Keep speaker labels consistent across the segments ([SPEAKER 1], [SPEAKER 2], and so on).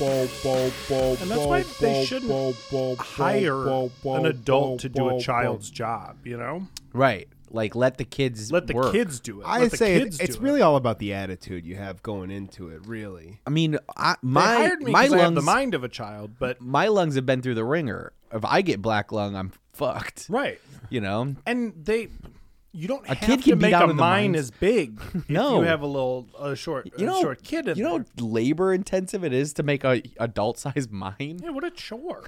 [SPEAKER 1] And that's why they shouldn't hire an adult to do a child's job, you know?
[SPEAKER 2] Right. Like let the kids
[SPEAKER 1] Let the
[SPEAKER 2] work.
[SPEAKER 1] kids do it.
[SPEAKER 3] I
[SPEAKER 1] Let the
[SPEAKER 3] say
[SPEAKER 1] kids
[SPEAKER 3] it,
[SPEAKER 1] do
[SPEAKER 3] it's
[SPEAKER 1] it.
[SPEAKER 3] really all about the attitude you have going into it, really.
[SPEAKER 2] I mean, I,
[SPEAKER 1] They
[SPEAKER 2] my
[SPEAKER 1] hired me
[SPEAKER 2] my
[SPEAKER 1] 'cause I have
[SPEAKER 2] lungs
[SPEAKER 1] the mind of a child, but
[SPEAKER 2] my lungs have been through the ringer. If I get black lung, I'm fucked.
[SPEAKER 1] right.
[SPEAKER 2] You know,
[SPEAKER 1] And they you don't have
[SPEAKER 2] kid
[SPEAKER 1] to
[SPEAKER 2] can be
[SPEAKER 1] make
[SPEAKER 2] down
[SPEAKER 1] a
[SPEAKER 2] in the
[SPEAKER 1] mine as
[SPEAKER 2] mines.
[SPEAKER 1] big if
[SPEAKER 2] No.
[SPEAKER 1] you have a little a short
[SPEAKER 2] you
[SPEAKER 1] a
[SPEAKER 2] know,
[SPEAKER 1] short kid in
[SPEAKER 2] you know,
[SPEAKER 1] there.
[SPEAKER 2] how labor intensive it is to make a adult sized mine.
[SPEAKER 1] Yeah, what a chore.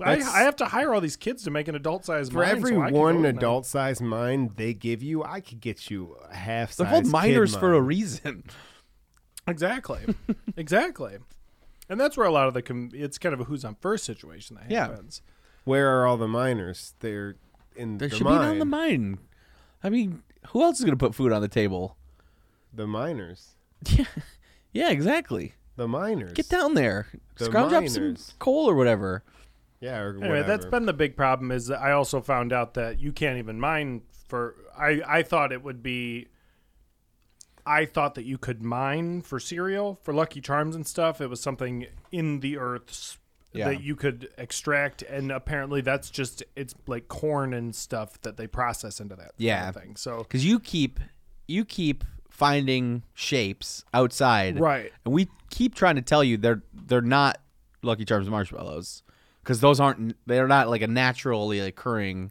[SPEAKER 1] I, I have to hire all these kids to make an adult size
[SPEAKER 3] For every one adult sized mine they give you, I could get you a half size.
[SPEAKER 2] They're called miners for a reason.
[SPEAKER 1] Exactly. exactly. And that's where a lot of the com- it's kind of a who's on first situation that
[SPEAKER 2] Yeah.
[SPEAKER 1] happens.
[SPEAKER 3] Where are all the miners? They're in
[SPEAKER 2] There
[SPEAKER 3] the
[SPEAKER 2] should
[SPEAKER 3] mine.
[SPEAKER 2] be none on the mine. I mean, who else is going to put food on the table?
[SPEAKER 3] the miners.
[SPEAKER 2] Yeah, yeah, exactly.
[SPEAKER 3] The miners.
[SPEAKER 2] Get down there,
[SPEAKER 3] The
[SPEAKER 2] scrounge up some
[SPEAKER 3] miners.
[SPEAKER 2] coal or whatever.
[SPEAKER 3] Yeah, or
[SPEAKER 1] Anyway, that's
[SPEAKER 3] whatever.
[SPEAKER 1] been the big problem is that I also found out that you can't even mine for I I thought it would be I thought that you could mine for cereal, for Lucky Charms and stuff. It was something in the earths
[SPEAKER 2] Yeah.
[SPEAKER 1] that you could extract and apparently that's just it's like corn and stuff that they process into that
[SPEAKER 2] Yeah.
[SPEAKER 1] kind of thing. So
[SPEAKER 2] Because you keep you keep finding shapes outside,
[SPEAKER 1] Right.
[SPEAKER 2] And we keep trying to tell you they're they're not Lucky Charms marshmallows because those aren't they're not like a naturally occurring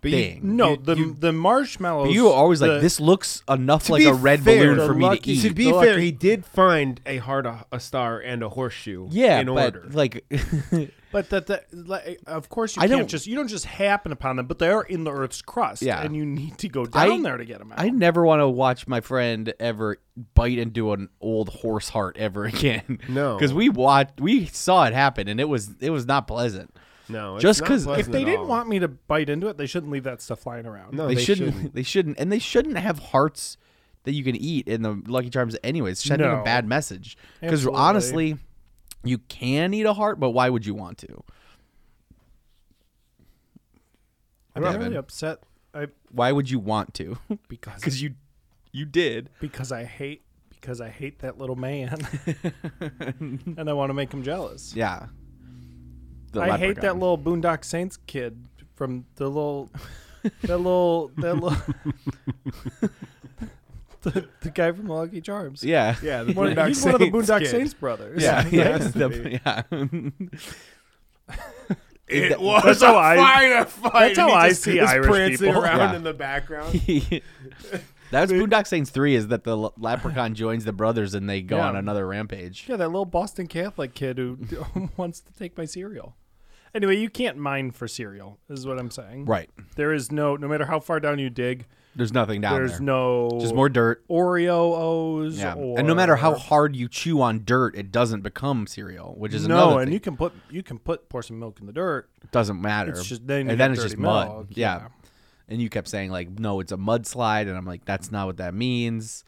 [SPEAKER 3] But you-
[SPEAKER 2] thing.
[SPEAKER 1] no, the the marshmallows
[SPEAKER 2] you are always
[SPEAKER 1] the-
[SPEAKER 2] like this looks enough
[SPEAKER 3] To
[SPEAKER 2] like
[SPEAKER 3] be
[SPEAKER 2] a red
[SPEAKER 3] fair,
[SPEAKER 2] balloon
[SPEAKER 3] the
[SPEAKER 2] for me to
[SPEAKER 1] Lucky-
[SPEAKER 2] eat.
[SPEAKER 3] To be
[SPEAKER 1] The
[SPEAKER 3] fair,
[SPEAKER 1] lucky-
[SPEAKER 3] he did find a heart, a, a star, and a horseshoe.
[SPEAKER 2] yeah,
[SPEAKER 3] in
[SPEAKER 2] but
[SPEAKER 3] order.
[SPEAKER 2] like
[SPEAKER 1] But that, that like, of course you
[SPEAKER 2] I
[SPEAKER 1] can't
[SPEAKER 2] don't-
[SPEAKER 1] just you don't just happen upon them, but they are in the Earth's crust,
[SPEAKER 2] Yeah.
[SPEAKER 1] and you need to go down there to get them out.
[SPEAKER 2] I never want to watch my friend ever bite into an old horse heart ever again.
[SPEAKER 3] No.
[SPEAKER 2] because we watched, we saw it happen, and it was it was not pleasant.
[SPEAKER 3] no, it's
[SPEAKER 2] just
[SPEAKER 3] not
[SPEAKER 2] 'cause if
[SPEAKER 3] pleasant
[SPEAKER 1] if they
[SPEAKER 3] at
[SPEAKER 1] didn't
[SPEAKER 3] all.
[SPEAKER 1] want me to bite into it, they shouldn't leave that stuff flying around.
[SPEAKER 3] no,
[SPEAKER 2] they, shouldn't, They shouldn't. And they shouldn't have hearts that you can eat in the Lucky Charms, anyways. Sending a
[SPEAKER 1] No.
[SPEAKER 2] bad message. Because
[SPEAKER 1] Absolutely.
[SPEAKER 2] honestly, you can eat a heart, but why would you want to?
[SPEAKER 1] I'm
[SPEAKER 2] Devin.
[SPEAKER 1] really upset. I
[SPEAKER 2] Why would you want to?
[SPEAKER 1] because
[SPEAKER 2] Because you, you did.
[SPEAKER 1] because I hate because I hate that little man, and I want to make him jealous.
[SPEAKER 2] Yeah. The
[SPEAKER 1] I hate that
[SPEAKER 2] leprechaun.
[SPEAKER 1] little Boondock Saints kid from the little that little that little the, the guy from Lucky Charms.
[SPEAKER 2] Yeah.
[SPEAKER 3] Yeah, the
[SPEAKER 1] One-
[SPEAKER 3] Boondock
[SPEAKER 1] he's one of the
[SPEAKER 3] Saints
[SPEAKER 1] Boondock
[SPEAKER 3] kid.
[SPEAKER 1] Saints brothers.
[SPEAKER 2] Yeah. Yeah.
[SPEAKER 3] has to
[SPEAKER 2] The- yeah.
[SPEAKER 3] It
[SPEAKER 1] That's
[SPEAKER 3] was
[SPEAKER 1] how I-
[SPEAKER 3] fight.
[SPEAKER 1] that's how
[SPEAKER 3] and he
[SPEAKER 1] I
[SPEAKER 3] just
[SPEAKER 1] see
[SPEAKER 3] was
[SPEAKER 1] Irish
[SPEAKER 3] prancing
[SPEAKER 1] people.
[SPEAKER 3] around
[SPEAKER 2] Yeah.
[SPEAKER 3] in the background.
[SPEAKER 2] That's Boondock Saints 3 is that the l- leprechaun joins the brothers and they go
[SPEAKER 1] Yeah.
[SPEAKER 2] on another rampage.
[SPEAKER 1] Yeah, that little Boston Catholic kid who wants to take my cereal. Anyway, you can't mine for cereal, is what I'm saying.
[SPEAKER 2] Right.
[SPEAKER 1] There is no, no matter how far down you dig,
[SPEAKER 2] There's nothing down
[SPEAKER 1] there's
[SPEAKER 2] there.
[SPEAKER 1] no
[SPEAKER 2] Just more dirt.
[SPEAKER 1] Oreo O's.
[SPEAKER 2] Yeah.
[SPEAKER 1] Or,
[SPEAKER 2] And no matter how hard you chew on dirt, it doesn't become cereal, which is another
[SPEAKER 1] no,
[SPEAKER 2] thing.
[SPEAKER 1] and you can put you can put pour some milk in the dirt.
[SPEAKER 2] It doesn't matter.
[SPEAKER 1] It's just- then you get
[SPEAKER 2] and then it's
[SPEAKER 1] dirty
[SPEAKER 2] just mud.
[SPEAKER 1] milk,
[SPEAKER 2] Yeah.
[SPEAKER 1] yeah.
[SPEAKER 2] And you kept saying like, no, it's a mudslide, and I'm like, that's not what that means.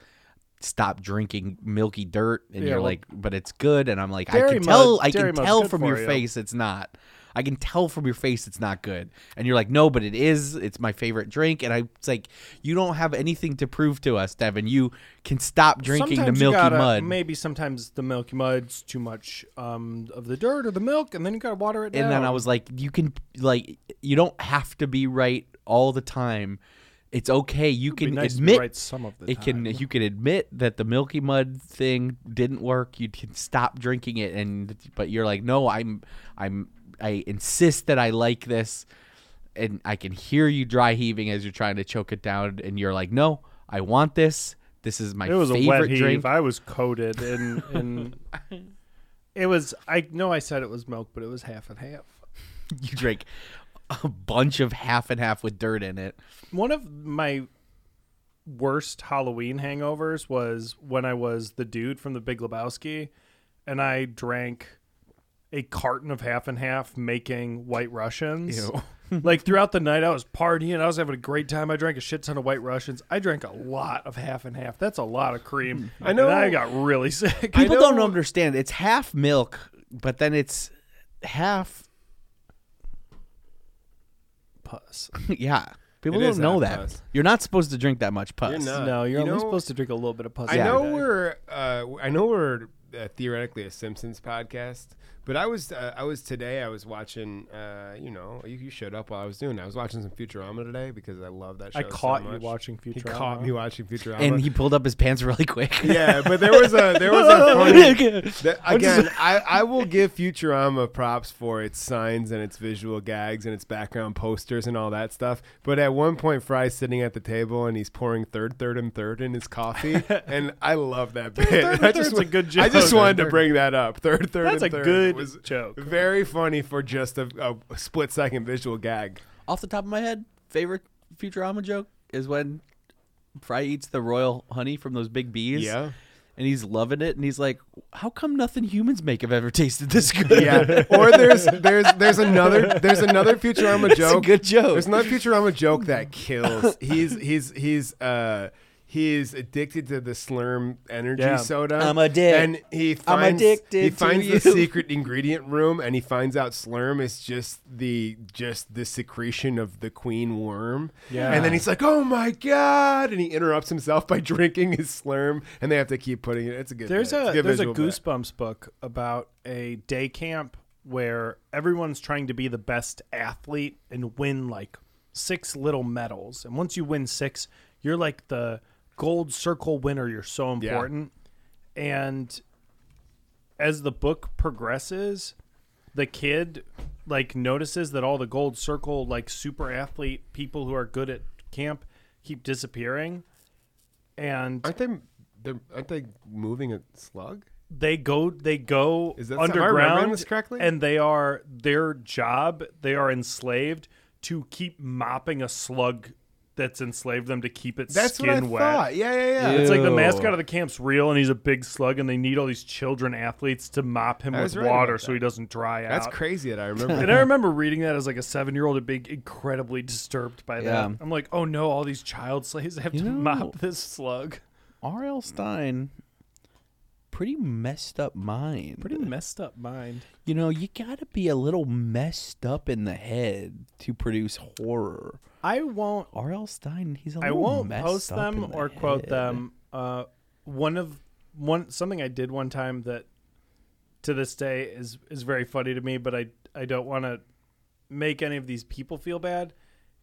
[SPEAKER 2] Stop drinking milky dirt, and
[SPEAKER 1] Yeah,
[SPEAKER 2] you're
[SPEAKER 1] well-
[SPEAKER 2] like, but it's good, and I'm like, I
[SPEAKER 1] Dairy
[SPEAKER 2] can tell,
[SPEAKER 1] mud-
[SPEAKER 2] I
[SPEAKER 1] dairy
[SPEAKER 2] can
[SPEAKER 1] mud's
[SPEAKER 2] tell
[SPEAKER 1] good
[SPEAKER 2] from
[SPEAKER 1] for
[SPEAKER 2] your
[SPEAKER 1] you.
[SPEAKER 2] face it's not. I can tell from your face it's not good, and you're like, no, but it is. It's my favorite drink, and I it's like, you don't have anything to prove to us, Devin. You can stop drinking
[SPEAKER 1] sometimes
[SPEAKER 2] the milky
[SPEAKER 1] you gotta,
[SPEAKER 2] mud.
[SPEAKER 1] Maybe sometimes the milky mud's too much um, of the dirt or the milk, and then you gotta water it down.
[SPEAKER 2] and then I was like, you can like you don't have to be right all the time. It's okay. You
[SPEAKER 1] be
[SPEAKER 2] can
[SPEAKER 1] nice to be
[SPEAKER 2] admit
[SPEAKER 1] right some of the
[SPEAKER 2] it can.
[SPEAKER 1] time.
[SPEAKER 2] You can admit that the Milky Mud thing didn't work. You can stop drinking it, and but you're like, no, I'm, I'm, I insist that I like this, and I can hear you dry heaving as you're trying to choke it down, and you're like, no, I want this. This is my
[SPEAKER 1] It was
[SPEAKER 2] favorite
[SPEAKER 1] a wet heave.
[SPEAKER 2] drink.
[SPEAKER 1] I was coated and and it was I know I said it was milk, but it was half and half.
[SPEAKER 2] you drink a bunch of half and half with dirt in it.
[SPEAKER 1] One of my worst Halloween hangovers was when I was the dude from the Big Lebowski and I drank a carton of half and half making white Russians. like throughout the night I was partying, I was having a great time. I drank a shit ton of white Russians. I drank a lot of half and half. That's a lot of cream. I
[SPEAKER 3] know-
[SPEAKER 1] and I got really sick.
[SPEAKER 2] people don't
[SPEAKER 3] know-
[SPEAKER 2] understand. It's half milk, but then it's half.
[SPEAKER 1] Puss.
[SPEAKER 2] Yeah, People
[SPEAKER 3] It
[SPEAKER 2] don't
[SPEAKER 3] is
[SPEAKER 2] know
[SPEAKER 3] half
[SPEAKER 2] that.
[SPEAKER 3] pus.
[SPEAKER 2] You're not supposed to drink that much pus.
[SPEAKER 3] You're not. Uh,
[SPEAKER 1] no, you're
[SPEAKER 3] you
[SPEAKER 1] only
[SPEAKER 3] know-
[SPEAKER 1] supposed to drink a little bit of pussy. a
[SPEAKER 3] I know
[SPEAKER 1] day.
[SPEAKER 3] we're uh, I know we're uh, theoretically a Simpsons podcast, but I was uh, I was today I was watching uh, you know you, you showed up while I was doing that. I was watching some Futurama today because I love that show.
[SPEAKER 1] I
[SPEAKER 3] so
[SPEAKER 1] caught you
[SPEAKER 3] much.
[SPEAKER 1] watching Futurama.
[SPEAKER 3] He caught me watching Futurama.
[SPEAKER 2] And he pulled up his pants really quick. Oh,
[SPEAKER 3] yeah, but there was a there was a funny that, again, I, I will give Futurama props for its signs and its visual gags and its background posters and all that stuff. But at one point, Fry's sitting at the table and he's pouring third, third, and third in his coffee, and I love that bit.
[SPEAKER 1] third, and
[SPEAKER 3] I just
[SPEAKER 1] third's
[SPEAKER 3] wa-
[SPEAKER 1] a good
[SPEAKER 3] I just
[SPEAKER 1] joke.
[SPEAKER 3] wanted
[SPEAKER 1] Third.
[SPEAKER 3] to bring that up. Third, third,
[SPEAKER 1] That's
[SPEAKER 3] and
[SPEAKER 1] a
[SPEAKER 3] third
[SPEAKER 1] good
[SPEAKER 3] was
[SPEAKER 1] joke.
[SPEAKER 3] Very funny for just a, a split second visual gag.
[SPEAKER 2] Off the top of my head, favorite Futurama joke is when Fry eats the royal honey from those big bees.
[SPEAKER 3] Yeah.
[SPEAKER 2] And he's loving it, and he's like, "How come nothing humans make have ever tasted this good?"
[SPEAKER 3] Yeah. Or there's there's there's another there's another Futurama
[SPEAKER 2] it's a
[SPEAKER 3] joke.
[SPEAKER 2] good joke.
[SPEAKER 3] There's another Futurama joke that kills. He's he's he's uh he's addicted to the Slurm energy
[SPEAKER 1] Yeah.
[SPEAKER 3] soda.
[SPEAKER 2] I'm addic-
[SPEAKER 3] And he
[SPEAKER 2] I'm
[SPEAKER 3] finds
[SPEAKER 2] addicted
[SPEAKER 3] he
[SPEAKER 2] to
[SPEAKER 3] finds
[SPEAKER 2] you.
[SPEAKER 3] the secret ingredient room and he finds out Slurm is just the just the secretion of the queen worm.
[SPEAKER 1] Yeah.
[SPEAKER 3] And then he's like, "Oh my god!" and he interrupts himself by drinking his Slurm, and they have to keep putting it. It's a good.
[SPEAKER 1] There's
[SPEAKER 3] bit. It's
[SPEAKER 1] a,
[SPEAKER 3] good
[SPEAKER 1] there's a
[SPEAKER 3] visual bit.
[SPEAKER 1] Goosebumps book about a day camp where everyone's trying to be the best athlete and win like six little medals. And once you win six, you're like the gold circle winner. You're so
[SPEAKER 3] Yeah.
[SPEAKER 1] important. And as the book progresses, the kid like notices that all the gold circle like super athlete people who are good at camp keep disappearing. And
[SPEAKER 3] Aren't they? They're, aren't they moving a slug?
[SPEAKER 1] they go they go
[SPEAKER 3] Is that- am I remembering
[SPEAKER 1] underground
[SPEAKER 3] this correctly?
[SPEAKER 1] and they are their job they are enslaved to keep mopping a slug that's enslaved them to keep its
[SPEAKER 3] That's
[SPEAKER 1] skin
[SPEAKER 3] what I
[SPEAKER 1] wet
[SPEAKER 3] thought. Yeah, yeah, yeah.
[SPEAKER 1] It's like the
[SPEAKER 2] Ew.
[SPEAKER 1] mascot of the camp's real, and he's a big slug, and they need all these children athletes to mop him
[SPEAKER 3] I
[SPEAKER 1] with
[SPEAKER 3] was right about
[SPEAKER 1] water
[SPEAKER 3] that.
[SPEAKER 1] so he doesn't dry
[SPEAKER 3] That's
[SPEAKER 1] out.
[SPEAKER 3] crazy that I remember.
[SPEAKER 1] And I remember reading that as like a seven-year-old and being incredibly disturbed by that.
[SPEAKER 2] Yeah.
[SPEAKER 1] I'm like, oh no, all these child slaves have to
[SPEAKER 2] know-
[SPEAKER 1] mop this slug.
[SPEAKER 2] R.L. Stein, pretty messed up mind.
[SPEAKER 1] Pretty messed up mind.
[SPEAKER 2] you know, you gotta be a little messed up in the head to produce horror.
[SPEAKER 1] I won't
[SPEAKER 2] R.L. Stein, he's a
[SPEAKER 1] I
[SPEAKER 2] little
[SPEAKER 1] won't
[SPEAKER 2] messed
[SPEAKER 1] post
[SPEAKER 2] up
[SPEAKER 1] them
[SPEAKER 2] in the
[SPEAKER 1] or quote
[SPEAKER 2] head.
[SPEAKER 1] them. Uh, one of one something I did one time that to this day is is very funny to me, but I I don't want to make any of these people feel bad.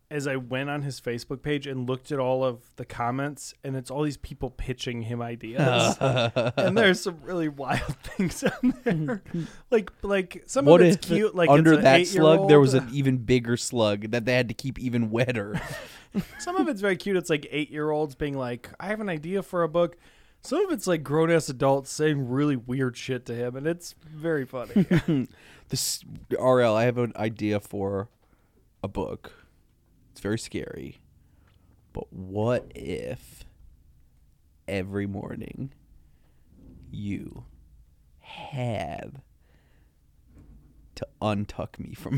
[SPEAKER 1] As I went on his Facebook page and looked at all of the comments, and it's all these people pitching him ideas, and there's some really wild things on there, like like some
[SPEAKER 2] What
[SPEAKER 1] of it's
[SPEAKER 2] if
[SPEAKER 1] cute. Like
[SPEAKER 2] under
[SPEAKER 1] it's an
[SPEAKER 2] that slug there
[SPEAKER 1] eight-year-old.
[SPEAKER 2] was an even bigger slug that they had to keep even wetter?
[SPEAKER 1] Some of it's very cute. It's like eight year olds being like, I have an idea for a book. Some of it's like grown ass adults saying really weird shit to him, and it's very funny.
[SPEAKER 2] this RL, I have an idea for a book. It's very scary. But what if every morning you had to untuck me from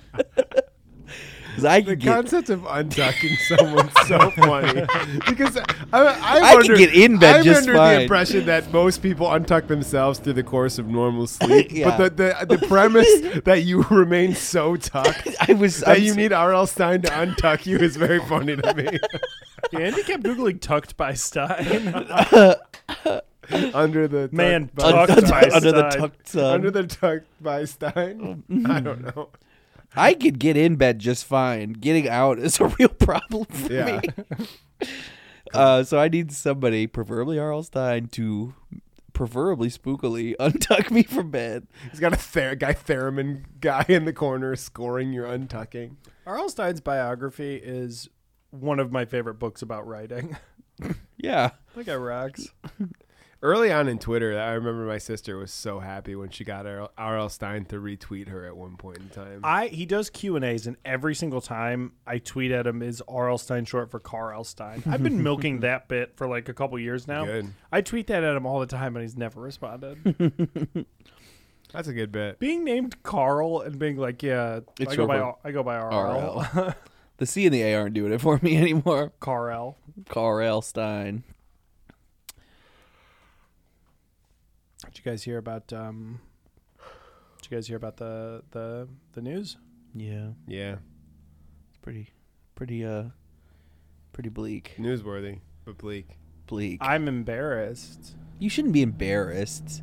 [SPEAKER 2] bed? Because I
[SPEAKER 3] The
[SPEAKER 2] could get,
[SPEAKER 3] concept of untucking someone's so funny because I, I,
[SPEAKER 2] I
[SPEAKER 3] under-
[SPEAKER 2] could get in bed
[SPEAKER 3] I'm
[SPEAKER 2] just
[SPEAKER 3] under
[SPEAKER 2] fine.
[SPEAKER 3] the impression that most people untuck themselves through the course of normal sleep,
[SPEAKER 2] Yeah.
[SPEAKER 3] but the, the the premise that you remain so tucked
[SPEAKER 2] I was.
[SPEAKER 3] that
[SPEAKER 2] I'm
[SPEAKER 3] you
[SPEAKER 2] so-
[SPEAKER 3] need R.L. Stein to untuck you is very funny to me.
[SPEAKER 1] Andy kept Googling tucked by Stein.
[SPEAKER 3] under the
[SPEAKER 1] Man,
[SPEAKER 3] tucked by
[SPEAKER 1] tucked
[SPEAKER 3] Stein.
[SPEAKER 1] by
[SPEAKER 2] under the
[SPEAKER 1] Stein.
[SPEAKER 2] tucked sun.
[SPEAKER 3] under the tucked by Stein.
[SPEAKER 2] Mm-hmm.
[SPEAKER 3] I don't know.
[SPEAKER 2] I could get in bed just fine. Getting out is a real problem for
[SPEAKER 3] Yeah.
[SPEAKER 2] me. Uh, so I need somebody, preferably Arl Stein, to preferably spookily untuck me from bed.
[SPEAKER 3] He's got a ther- guy theremin guy in the corner scoring your untucking.
[SPEAKER 1] Arl Stein's biography is one of my favorite books about writing.
[SPEAKER 2] Yeah.
[SPEAKER 1] That guy rocks.
[SPEAKER 3] Early on in Twitter, I remember my sister was so happy when she got R- R.L. Stein to retweet her at one point in time.
[SPEAKER 1] I he does Q and A's, and every single time I tweet at him is R.L. Stein short for Carl Stein. I've been milking that bit for like a couple years now.
[SPEAKER 3] Good.
[SPEAKER 1] I tweet that at him all the time, and he's never responded.
[SPEAKER 3] That's a good bit.
[SPEAKER 1] being named Carl and being like, yeah,
[SPEAKER 2] It's
[SPEAKER 1] I go by
[SPEAKER 2] over.
[SPEAKER 1] I go by RL.
[SPEAKER 2] RL. the C and the A aren't doing it for me anymore.
[SPEAKER 1] Carl.
[SPEAKER 2] Carl Stein.
[SPEAKER 1] Did you guys hear about um did you guys hear about the the the news?
[SPEAKER 2] Yeah,
[SPEAKER 3] Yeah,
[SPEAKER 2] it's pretty, pretty, uh, pretty bleak.
[SPEAKER 3] newsworthy but bleak.
[SPEAKER 2] Bleak.
[SPEAKER 1] I'm embarrassed.
[SPEAKER 2] you shouldn't be embarrassed.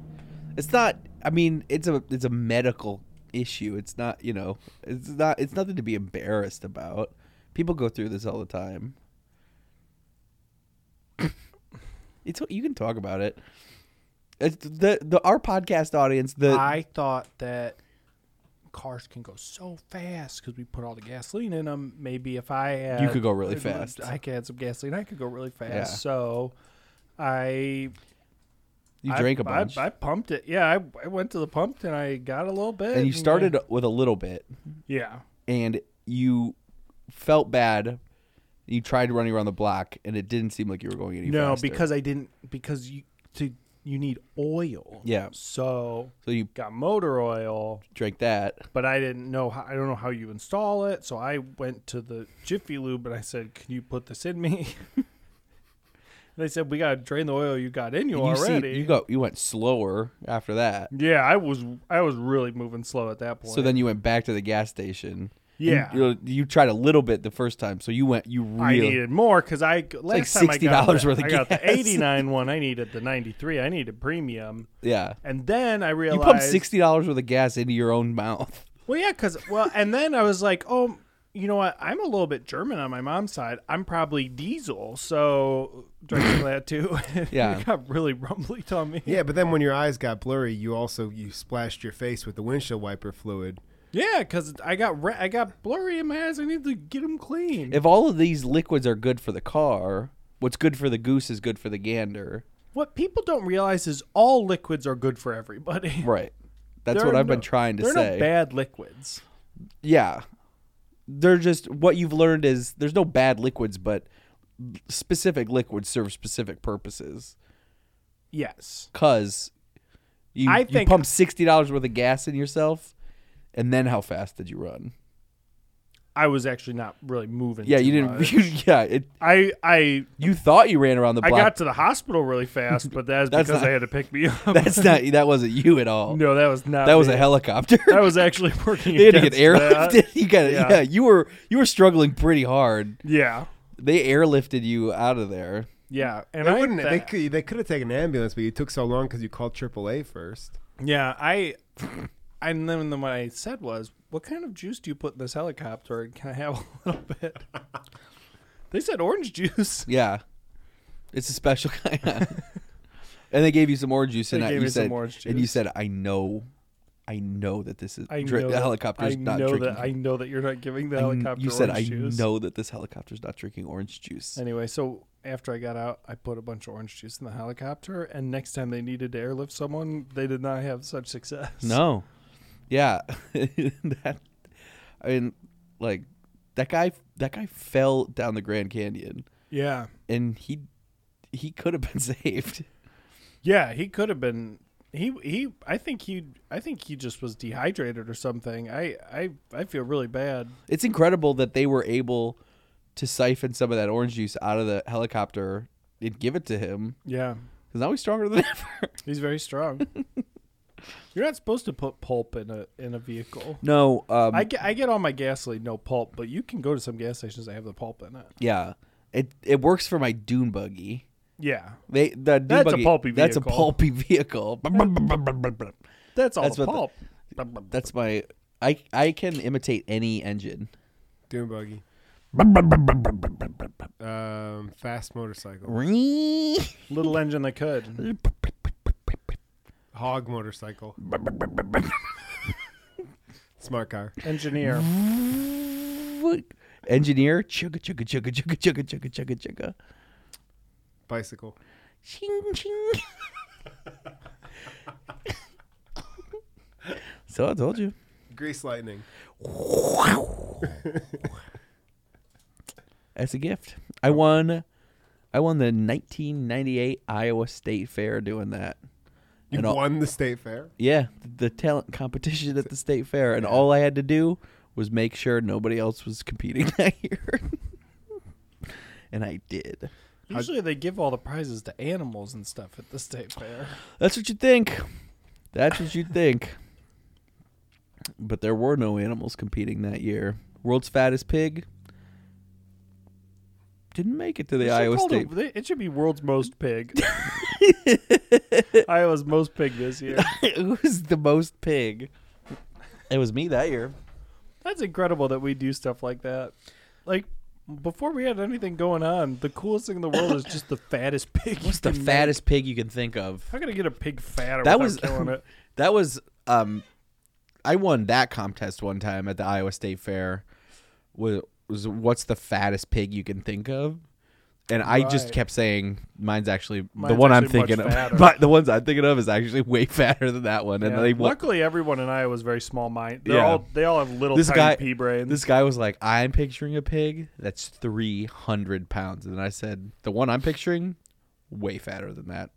[SPEAKER 2] It's not. I mean, it's a it's a medical issue. It's not. You know, it's not. It's nothing to be embarrassed about. People go through this all the time. it's you can talk about it. It's the the our podcast audience. The
[SPEAKER 1] I thought that cars can go so fast because we put all the gasoline in them. Maybe if I had,
[SPEAKER 2] You could go really fast.
[SPEAKER 1] I could add some gasoline. I could go really fast.
[SPEAKER 2] Yeah.
[SPEAKER 1] So I
[SPEAKER 2] you
[SPEAKER 1] I-
[SPEAKER 2] drank a
[SPEAKER 1] I-
[SPEAKER 2] bunch,
[SPEAKER 1] I, pumped it. Yeah, I, I went to the pump and I got a little bit.
[SPEAKER 2] and you started with a little bit,
[SPEAKER 1] yeah.
[SPEAKER 2] and you felt bad. You tried running around the block, and it didn't seem like you were going any
[SPEAKER 1] No,
[SPEAKER 2] faster.
[SPEAKER 1] because I didn't. Because you to you need oil.
[SPEAKER 2] Yeah.
[SPEAKER 1] So
[SPEAKER 2] so you
[SPEAKER 1] got motor oil,
[SPEAKER 2] drank that.
[SPEAKER 1] but I didn't know. How, I don't know how you install it. So I went to the Jiffy Lube and I said, "Can you put this in me?" they said, "We gotta drain the oil you got in you,
[SPEAKER 2] And see-
[SPEAKER 1] already."
[SPEAKER 2] you go. You went slower after that.
[SPEAKER 1] Yeah, I was I was really moving slow at that point.
[SPEAKER 2] So then you went back to the gas station.
[SPEAKER 1] Yeah.
[SPEAKER 2] You, you- you tried a little bit the first time, so you went. You
[SPEAKER 1] I
[SPEAKER 2] really.
[SPEAKER 1] needed more because I last
[SPEAKER 2] like
[SPEAKER 1] time I got
[SPEAKER 2] $60
[SPEAKER 1] the-
[SPEAKER 2] worth of
[SPEAKER 1] I got the
[SPEAKER 2] gas.
[SPEAKER 1] eighty nine one. I needed the ninety three. I needed premium,
[SPEAKER 2] yeah.
[SPEAKER 1] and then I
[SPEAKER 2] You
[SPEAKER 1] realized
[SPEAKER 2] pumped sixty dollars worth of gas into your own mouth.
[SPEAKER 1] Well, yeah, because well, and then I was like, oh, you know what? I'm a little bit German on my mom's side. I'm probably diesel, so drank some of that too.
[SPEAKER 2] Yeah.
[SPEAKER 1] it got really rumbly tummy.
[SPEAKER 3] Yeah, but then when your eyes got blurry, you also you splashed your face with the windshield wiper fluid.
[SPEAKER 1] yeah, because I got re- I got blurry in my eyes. I need to get them clean.
[SPEAKER 2] If all of these liquids are good for the car, what's good for the goose is good for the gander.
[SPEAKER 1] what people don't realize is all liquids are good for everybody.
[SPEAKER 2] Right. That's
[SPEAKER 1] There
[SPEAKER 2] what
[SPEAKER 1] are
[SPEAKER 2] I've
[SPEAKER 1] no-
[SPEAKER 2] been trying to
[SPEAKER 1] there are
[SPEAKER 2] say.
[SPEAKER 1] no bad liquids.
[SPEAKER 2] yeah. They're just what you've learned is there's no bad liquids, but specific liquids serve specific purposes.
[SPEAKER 1] Yes.
[SPEAKER 2] Cause you,
[SPEAKER 1] I
[SPEAKER 2] you
[SPEAKER 1] think-
[SPEAKER 2] pumped sixty dollars worth of gas in yourself, and then how fast did you run?
[SPEAKER 1] I was actually not really moving.
[SPEAKER 2] Yeah,
[SPEAKER 1] too
[SPEAKER 2] you didn't.
[SPEAKER 1] much.
[SPEAKER 2] You, yeah, it,
[SPEAKER 1] I I
[SPEAKER 2] you thought you ran around the
[SPEAKER 1] I
[SPEAKER 2] block.
[SPEAKER 1] got to the hospital really fast, but that's
[SPEAKER 2] That's
[SPEAKER 1] because
[SPEAKER 2] not-
[SPEAKER 1] they had to pick me up.
[SPEAKER 2] That's not. That wasn't you at all.
[SPEAKER 1] no, that was not.
[SPEAKER 2] that was
[SPEAKER 1] me.
[SPEAKER 2] a helicopter.
[SPEAKER 1] I was actually working.
[SPEAKER 2] they had to get
[SPEAKER 1] against that.
[SPEAKER 2] airlifted. You got. Yeah.
[SPEAKER 1] Yeah.
[SPEAKER 2] yeah, you were. You were struggling pretty hard.
[SPEAKER 1] Yeah,
[SPEAKER 2] They airlifted you out of there.
[SPEAKER 1] yeah, and
[SPEAKER 3] They
[SPEAKER 1] I
[SPEAKER 3] wouldn't. They
[SPEAKER 1] that-
[SPEAKER 3] could, they could have taken an ambulance, but you took so long because you called AAA first.
[SPEAKER 1] Yeah, I. And then what I said was, "What kind of juice do you put in this helicopter? And Can I have a little bit?" they said orange juice.
[SPEAKER 2] Yeah, it's a special kind. and they gave you some orange juice, and
[SPEAKER 1] They
[SPEAKER 2] I,
[SPEAKER 1] gave
[SPEAKER 2] you
[SPEAKER 1] me some
[SPEAKER 2] said,
[SPEAKER 1] orange
[SPEAKER 2] and you
[SPEAKER 1] juice.
[SPEAKER 2] said, "I know, I know that this is
[SPEAKER 1] I
[SPEAKER 2] dri-
[SPEAKER 1] know
[SPEAKER 2] the
[SPEAKER 1] that-
[SPEAKER 2] helicopter's
[SPEAKER 1] I
[SPEAKER 2] not
[SPEAKER 1] know
[SPEAKER 2] drinking
[SPEAKER 1] that. I know that you're not giving the
[SPEAKER 2] I kn-
[SPEAKER 1] helicopter.
[SPEAKER 2] Mm, You said
[SPEAKER 1] orange
[SPEAKER 2] I
[SPEAKER 1] juice.
[SPEAKER 2] know that this helicopter's not drinking orange juice.
[SPEAKER 1] Anyway, so after I got out, I put a bunch of orange juice in the helicopter, and next time they needed to airlift someone, they did not have such success.
[SPEAKER 2] No. Yeah. that I mean like that guy that guy fell down the Grand Canyon
[SPEAKER 1] Yeah.
[SPEAKER 2] and he he could have been saved.
[SPEAKER 1] Yeah, he could have been. He he. I think he. I think he just was dehydrated or something. I I I feel really bad.
[SPEAKER 2] It's incredible that they were able to siphon some of that orange juice out of the helicopter and give it to him
[SPEAKER 1] Yeah,
[SPEAKER 2] cuz now he's stronger than ever.
[SPEAKER 1] he's very strong. You're not supposed to put pulp in a in a vehicle.
[SPEAKER 2] no, um
[SPEAKER 1] I get I get all my gasoline no pulp, but you can go to some gas stations that have the pulp in it.
[SPEAKER 2] yeah. It it works for my dune buggy.
[SPEAKER 1] Yeah,
[SPEAKER 2] They the dune
[SPEAKER 1] That's a
[SPEAKER 2] buggy-
[SPEAKER 1] pulpy
[SPEAKER 2] That's a
[SPEAKER 1] vehicle.
[SPEAKER 2] pulpy vehicle.
[SPEAKER 1] that's all
[SPEAKER 2] That's
[SPEAKER 1] the
[SPEAKER 2] what the-
[SPEAKER 1] pulp.
[SPEAKER 2] That's my. I I can imitate any engine.
[SPEAKER 3] Dune buggy, um, fast motorcycle,
[SPEAKER 1] Little engine that could.
[SPEAKER 3] hog motorcycle, smart car.
[SPEAKER 1] Engineer.
[SPEAKER 2] Engineer, chugga chugga chugga chugga chugga chugga chugga chugga.
[SPEAKER 3] bicycle.
[SPEAKER 2] Ching ching. so I told you.
[SPEAKER 3] Grease lightning.
[SPEAKER 2] That's a gift. I won. I won the 1998 Iowa State Fair doing that.
[SPEAKER 3] You
[SPEAKER 2] And all-
[SPEAKER 3] won the state fair.
[SPEAKER 2] Yeah, the talent competition at the state fair, and all I had to do was make sure nobody else was competing that year, and I did.
[SPEAKER 1] Usually they give all the prizes to animals and stuff at the state fair.
[SPEAKER 2] That's what you think. That's what you think. but there were no animals competing that year. World's fattest pig didn't make it to the
[SPEAKER 1] They should
[SPEAKER 2] Iowa
[SPEAKER 1] call
[SPEAKER 2] State.
[SPEAKER 1] It, they- it should be world's most pig. Iowa's most pig this year.
[SPEAKER 2] It was the most pig? It was me that year.
[SPEAKER 1] That's incredible that we do stuff like that. Like before we had anything going on, the coolest thing in the world is just the fattest pig.
[SPEAKER 2] What's
[SPEAKER 1] you
[SPEAKER 2] the
[SPEAKER 1] can make.
[SPEAKER 2] fattest pig you can think of?
[SPEAKER 1] How can I get a pig fatter
[SPEAKER 2] That
[SPEAKER 1] without
[SPEAKER 2] was-
[SPEAKER 1] killing it?
[SPEAKER 2] That was um, I won that contest one time at the Iowa State Fair. Was, was what's the fattest pig you can think of? And I just
[SPEAKER 1] Right.
[SPEAKER 2] kept saying, "Mine's actually the
[SPEAKER 1] Mine's
[SPEAKER 2] one
[SPEAKER 1] actually
[SPEAKER 2] I'm
[SPEAKER 1] much
[SPEAKER 2] thinking
[SPEAKER 1] fatter.
[SPEAKER 2] of. But the ones I'm thinking of is actually way fatter than that one." And
[SPEAKER 1] Yeah.
[SPEAKER 2] they won.
[SPEAKER 1] Luckily, everyone in Iowa is very small mind. They
[SPEAKER 2] Yeah.
[SPEAKER 1] all they all have little
[SPEAKER 2] This
[SPEAKER 1] tiny
[SPEAKER 2] guy-
[SPEAKER 1] pea brains.
[SPEAKER 2] This guy was like, "I'm picturing a pig that's 300 pounds," and I said, "The one I'm picturing, way fatter than that."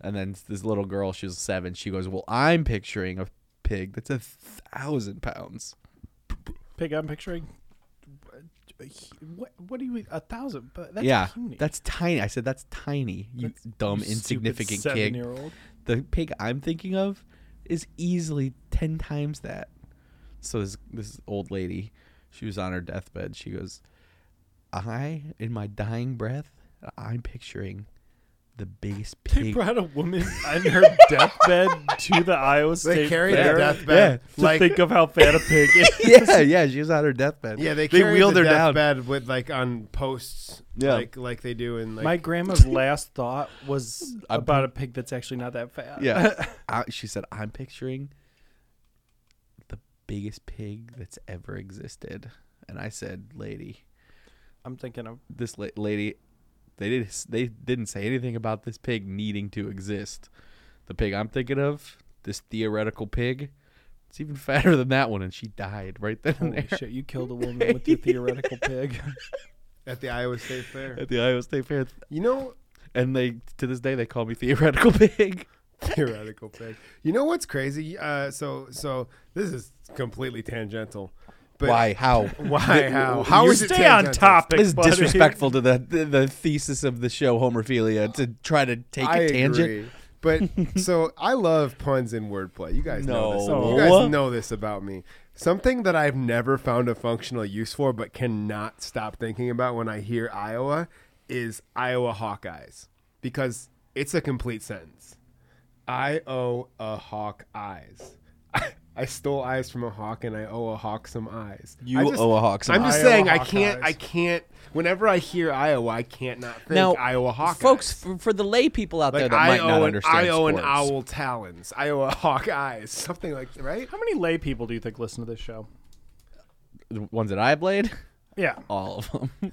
[SPEAKER 2] And then this little girl, she was seven. She goes, "Well, I'm picturing a pig that's a thousand pounds."
[SPEAKER 1] pig I'm picturing. What, what do you mean? A thousand? But that's
[SPEAKER 2] yeah,
[SPEAKER 1] puny.
[SPEAKER 2] that's tiny. I said that's tiny. You
[SPEAKER 1] That's-
[SPEAKER 2] dumb,
[SPEAKER 1] You stupid
[SPEAKER 2] insignificant kid.
[SPEAKER 1] seven-year-old.
[SPEAKER 2] The pig I'm thinking of is easily ten times that. So this this old lady, she was on her deathbed. She goes, "I, in my dying breath, I'm picturing the biggest
[SPEAKER 1] They
[SPEAKER 2] pig."
[SPEAKER 1] brought a woman on her deathbed to the Iowa State
[SPEAKER 3] They carried
[SPEAKER 1] Fair
[SPEAKER 3] her deathbed.
[SPEAKER 1] to
[SPEAKER 3] Like
[SPEAKER 1] think of how fat a pig is.
[SPEAKER 2] yeah, yeah, she was on her deathbed.
[SPEAKER 3] yeah, they,
[SPEAKER 2] they
[SPEAKER 3] carried
[SPEAKER 2] wheeled
[SPEAKER 3] the
[SPEAKER 2] her down.
[SPEAKER 3] deathbed with like on posts.
[SPEAKER 2] Yeah.
[SPEAKER 3] Like like they do in like
[SPEAKER 1] My grandma's last thought was
[SPEAKER 2] I'm-
[SPEAKER 1] about a pig that's actually not that fat.
[SPEAKER 2] Yeah, I, she said, "I'm picturing the biggest pig that's ever existed," and I said, "Lady."
[SPEAKER 1] I'm thinking of
[SPEAKER 2] this la- lady they did they didn't say anything about this pig needing to exist. The pig I'm thinking of, this theoretical pig, it's even fatter than that one and she died right then and
[SPEAKER 1] holy
[SPEAKER 2] there
[SPEAKER 1] shit, you killed a woman with your theoretical pig.
[SPEAKER 3] at the Iowa State Fair.
[SPEAKER 2] at the Iowa State Fair.
[SPEAKER 3] You know,
[SPEAKER 2] And they to this day they call me theoretical pig.
[SPEAKER 3] theoretical pig. You know what's crazy? Uh, so so this is completely tangential. But
[SPEAKER 2] Why? How?
[SPEAKER 3] Why? How? How
[SPEAKER 1] you
[SPEAKER 3] is it
[SPEAKER 1] stay on
[SPEAKER 3] tangential?
[SPEAKER 1] topic.
[SPEAKER 2] This is
[SPEAKER 1] buddy.
[SPEAKER 2] disrespectful to the, the the thesis of the show Homerphilia to try to take
[SPEAKER 3] I
[SPEAKER 2] a tangent.
[SPEAKER 3] Agree. But so I love puns and wordplay. You guys know this.
[SPEAKER 2] No.
[SPEAKER 3] You guys know this about me. Something that I've never found a functional use for, but cannot stop thinking about when I hear Iowa, is Iowa Hawkeyes because it's a complete sentence. I owe a hawk eyes. I stole eyes from a hawk, and I owe a hawk some eyes.
[SPEAKER 2] You
[SPEAKER 3] I just-
[SPEAKER 2] owe a hawk some
[SPEAKER 3] I'm just
[SPEAKER 1] Iowa
[SPEAKER 3] saying, I
[SPEAKER 1] Hawk
[SPEAKER 3] can't.
[SPEAKER 1] eyes.
[SPEAKER 3] I can't. Whenever I hear Iowa, I can't not think
[SPEAKER 2] Now,
[SPEAKER 3] Iowa Hawkeyes
[SPEAKER 2] folks, for, for the lay people out there
[SPEAKER 3] like
[SPEAKER 2] that
[SPEAKER 3] I
[SPEAKER 2] might
[SPEAKER 3] owe
[SPEAKER 2] not
[SPEAKER 3] an,
[SPEAKER 2] understand
[SPEAKER 3] I owe an
[SPEAKER 2] sports.
[SPEAKER 3] owl talons. I owe a hawk eyes. Something like that, right?
[SPEAKER 1] How many lay people do you think listen to this show?
[SPEAKER 2] the ones that I played,
[SPEAKER 1] Yeah.
[SPEAKER 2] all of them.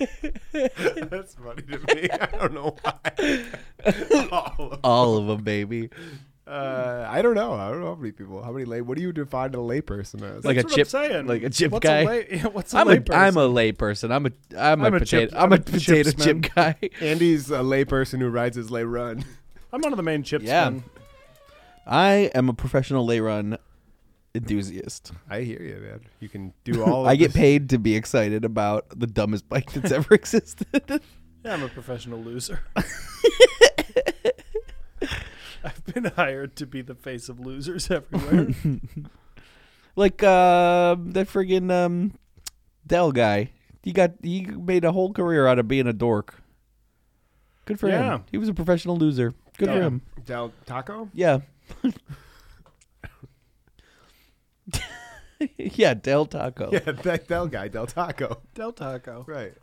[SPEAKER 3] That's funny to me. I don't know why. All of-
[SPEAKER 2] all of them, baby.
[SPEAKER 3] uh, I don't know. I don't know how many people. How many lay? What do you define a layperson as?
[SPEAKER 2] Like a
[SPEAKER 1] That's what
[SPEAKER 2] chip-
[SPEAKER 1] I'm saying.
[SPEAKER 2] like a chip
[SPEAKER 1] what's
[SPEAKER 2] guy.
[SPEAKER 1] A lay, what's a
[SPEAKER 2] I'm
[SPEAKER 1] lay
[SPEAKER 2] a I'm a lay person. I'm a I'm,
[SPEAKER 1] I'm
[SPEAKER 2] a
[SPEAKER 1] a
[SPEAKER 2] potato.
[SPEAKER 1] chip-
[SPEAKER 2] I'm a
[SPEAKER 1] I'm a
[SPEAKER 2] potato
[SPEAKER 1] chipsman.
[SPEAKER 2] chip guy.
[SPEAKER 3] Andy's a layperson who rides his lay run.
[SPEAKER 1] I'm one of the main chips.
[SPEAKER 2] Yeah.
[SPEAKER 1] men.
[SPEAKER 2] I am a professional lay run enthusiast.
[SPEAKER 3] I hear you, man. You can do all. Of
[SPEAKER 2] I get
[SPEAKER 3] this.
[SPEAKER 2] paid to be excited about the dumbest bike that's ever existed.
[SPEAKER 1] Yeah, I'm a professional loser. I've been hired to be the face of losers everywhere.
[SPEAKER 2] like uh, that friggin' um, Dell guy. He got he made a whole career out of being a dork. Good for
[SPEAKER 1] Yeah.
[SPEAKER 2] him. He was a professional loser. Good for
[SPEAKER 1] Yeah.
[SPEAKER 2] him.
[SPEAKER 3] Del Taco.
[SPEAKER 2] Yeah. yeah, Del Taco.
[SPEAKER 3] Yeah, that Del guy, Del Taco.
[SPEAKER 1] Del Taco.
[SPEAKER 3] Right.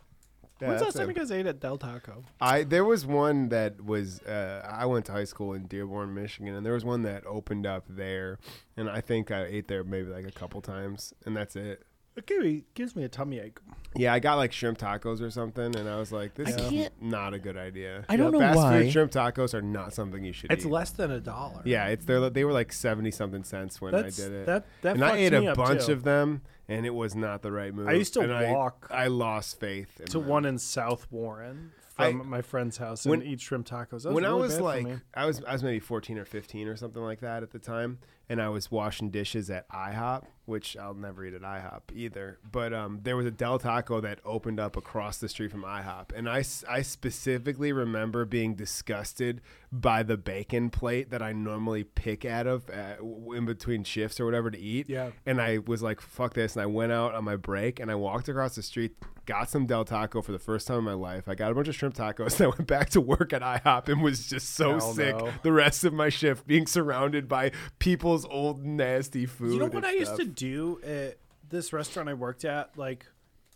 [SPEAKER 3] Yeah,
[SPEAKER 1] When's the last
[SPEAKER 3] that's
[SPEAKER 1] time you
[SPEAKER 3] him.
[SPEAKER 1] guys ate at Del Taco?
[SPEAKER 3] I there was one that was uh, I went to high school in Dearborn, Michigan, and there was one that opened up there, and I think I ate there maybe like a couple times, and that's it.
[SPEAKER 1] It gave me- gives me a tummy ache.
[SPEAKER 3] Yeah, I got like shrimp tacos or something, and I was like, "This
[SPEAKER 2] I
[SPEAKER 3] is
[SPEAKER 2] can't-
[SPEAKER 3] not a good idea."
[SPEAKER 2] I don't know
[SPEAKER 3] yeah, fast
[SPEAKER 2] why.
[SPEAKER 3] Food shrimp tacos are not something you should
[SPEAKER 1] It's
[SPEAKER 3] eat.
[SPEAKER 1] less than a dollar.
[SPEAKER 3] yeah, it's they're, they were like seventy something cents when
[SPEAKER 1] that's
[SPEAKER 3] I did it,
[SPEAKER 1] that. That
[SPEAKER 3] and I
[SPEAKER 1] fucks
[SPEAKER 3] ate
[SPEAKER 1] me
[SPEAKER 3] a
[SPEAKER 1] up,
[SPEAKER 3] bunch
[SPEAKER 1] too.
[SPEAKER 3] of them, and it was not the right move.
[SPEAKER 1] I used to
[SPEAKER 3] and
[SPEAKER 1] walk
[SPEAKER 3] I, lost faith in
[SPEAKER 1] to
[SPEAKER 3] my-
[SPEAKER 1] one in South Warren from my friend's house and
[SPEAKER 3] when-
[SPEAKER 1] eat shrimp tacos. That
[SPEAKER 3] when I
[SPEAKER 1] really
[SPEAKER 3] was
[SPEAKER 1] bad for
[SPEAKER 3] like,
[SPEAKER 1] me.
[SPEAKER 3] I was I was maybe fourteen or fifteen or something like that at the time, and I was washing dishes at IHOP, which I'll never eat at IHOP either. But um, there was a Del Taco that opened up across the street from IHOP, and I, s- I specifically remember being disgusted by the bacon plate that I normally pick out of uh, w- in between shifts or whatever to eat.
[SPEAKER 1] Yeah.
[SPEAKER 3] And I was like, fuck this. And I went out on my break and I walked across the street, got some Del Taco for the first time in my life. I got a bunch of shrimp tacos and I went back to work at IHOP and was just so
[SPEAKER 1] Hell
[SPEAKER 3] sick
[SPEAKER 1] no.
[SPEAKER 3] the rest of my shift being surrounded by people's old nasty food.
[SPEAKER 1] You know
[SPEAKER 3] and
[SPEAKER 1] what I used to
[SPEAKER 3] stuff.
[SPEAKER 1] do at this restaurant I worked at? Like,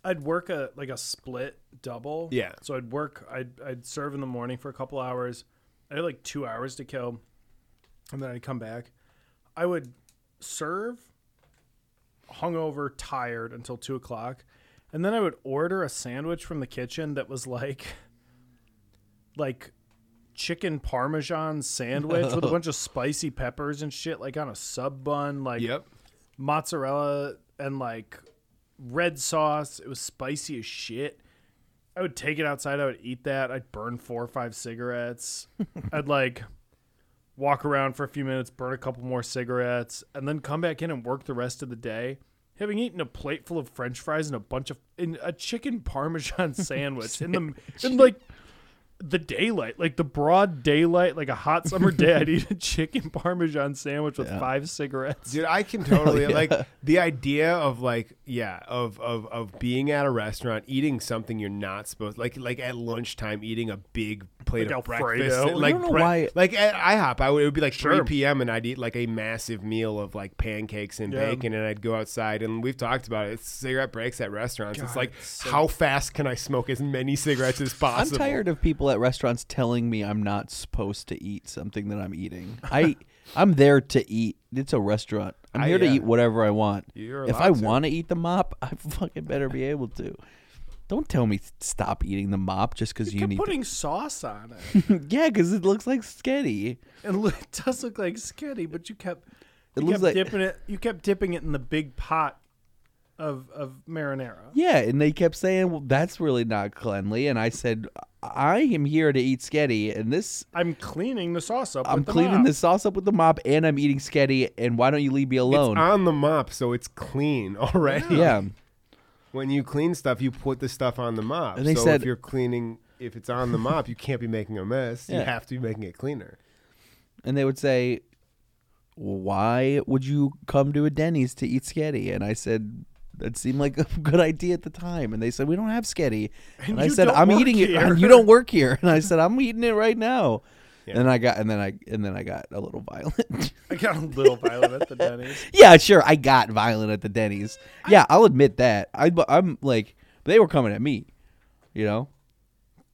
[SPEAKER 1] I'd work a like a split double.
[SPEAKER 3] Yeah.
[SPEAKER 1] So I'd work. I'd I'd serve in the morning for a couple hours. I had like two hours to kill, and then I'd come back. I would serve, hungover, tired until two o'clock, and then I would order a sandwich from the kitchen that was like, like. Chicken parmesan sandwich with a bunch of spicy peppers and shit, like on a sub bun, like
[SPEAKER 3] Yep.
[SPEAKER 1] mozzarella and like red sauce. It was spicy as shit. I would take it outside. I would eat that. I'd burn four or five cigarettes. I'd like walk around for a few minutes, burn a couple more cigarettes, and then come back in and work the rest of the day. Having eaten a plate full of French fries and a bunch of in a chicken parmesan sandwich in the in like the daylight, like the broad daylight, like a hot summer day, I'd eat a chicken parmesan sandwich with five cigarettes.
[SPEAKER 3] Dude, I can totally like the idea of like yeah, of, of of being at a restaurant eating something you're not supposed like like at lunchtime eating a big plate
[SPEAKER 1] Like
[SPEAKER 3] of breakfast.
[SPEAKER 1] Alfredo. I
[SPEAKER 3] Like
[SPEAKER 2] don't know
[SPEAKER 3] bre-
[SPEAKER 2] why-
[SPEAKER 3] like at IHOP, I would it would be like
[SPEAKER 1] Sure.
[SPEAKER 3] 3 p.m. and I'd eat like a massive meal of like pancakes and
[SPEAKER 1] Yeah.
[SPEAKER 3] bacon and I'd go outside and we've talked about it. It's cigarette breaks at restaurants. it's
[SPEAKER 1] God,
[SPEAKER 3] like
[SPEAKER 1] it's so-
[SPEAKER 3] how fast can I smoke as many cigarettes as
[SPEAKER 2] I'm
[SPEAKER 3] possible?
[SPEAKER 2] tired of people at restaurants telling me I'm not supposed to eat something that I'm eating. I I'm there to eat. It's a restaurant. I'm
[SPEAKER 3] I-
[SPEAKER 2] here
[SPEAKER 3] yeah.
[SPEAKER 2] to eat whatever I want.
[SPEAKER 3] You're
[SPEAKER 2] if
[SPEAKER 3] allowed
[SPEAKER 2] I
[SPEAKER 3] to.
[SPEAKER 2] want to eat the mop, I fucking better be able to. Don't tell me stop eating the mop just because you,
[SPEAKER 1] kept
[SPEAKER 2] need.
[SPEAKER 1] putting sauce on it,
[SPEAKER 2] to. yeah, because it looks like sketty.
[SPEAKER 1] and lo- it does look like skinny, but you kept
[SPEAKER 2] It
[SPEAKER 1] you
[SPEAKER 2] looks
[SPEAKER 1] kept
[SPEAKER 2] like-
[SPEAKER 1] dipping it. You kept dipping it in the big pot of of marinara.
[SPEAKER 2] Yeah, and they kept saying, "Well, that's really not cleanly." And I said, "I am here to eat sketty, and this."
[SPEAKER 1] I'm cleaning the sauce up.
[SPEAKER 2] I'm
[SPEAKER 1] with the
[SPEAKER 2] cleaning
[SPEAKER 1] mop.
[SPEAKER 2] the sauce up with the mop, and I'm eating sketty. And why don't you leave me alone?
[SPEAKER 3] It's on the mop, so it's clean already.
[SPEAKER 2] yeah,
[SPEAKER 3] When you clean stuff, you put the stuff on the mop.
[SPEAKER 2] And they
[SPEAKER 3] so
[SPEAKER 2] said-
[SPEAKER 3] if you're cleaning, if it's on the mop, you can't be making a mess. You
[SPEAKER 2] Yeah.
[SPEAKER 3] have to be making it cleaner.
[SPEAKER 2] and they would say, "Why would you come to a Denny's to eat sketty?" And I said, "That seemed like a good idea at the time." And they said, "We don't have sketty." And, I
[SPEAKER 1] you
[SPEAKER 2] said,
[SPEAKER 1] don't
[SPEAKER 2] "I'm
[SPEAKER 1] work
[SPEAKER 2] eating it,
[SPEAKER 1] here."
[SPEAKER 2] and you don't work here." And I said, "I'm eating it right now." And I got, and then I, and then I got a little violent.
[SPEAKER 1] I got a little violent at the Denny's.
[SPEAKER 2] yeah, sure, I got violent at the Denny's. yeah, I'll admit that. I, but I'm like, they were coming at me, you know.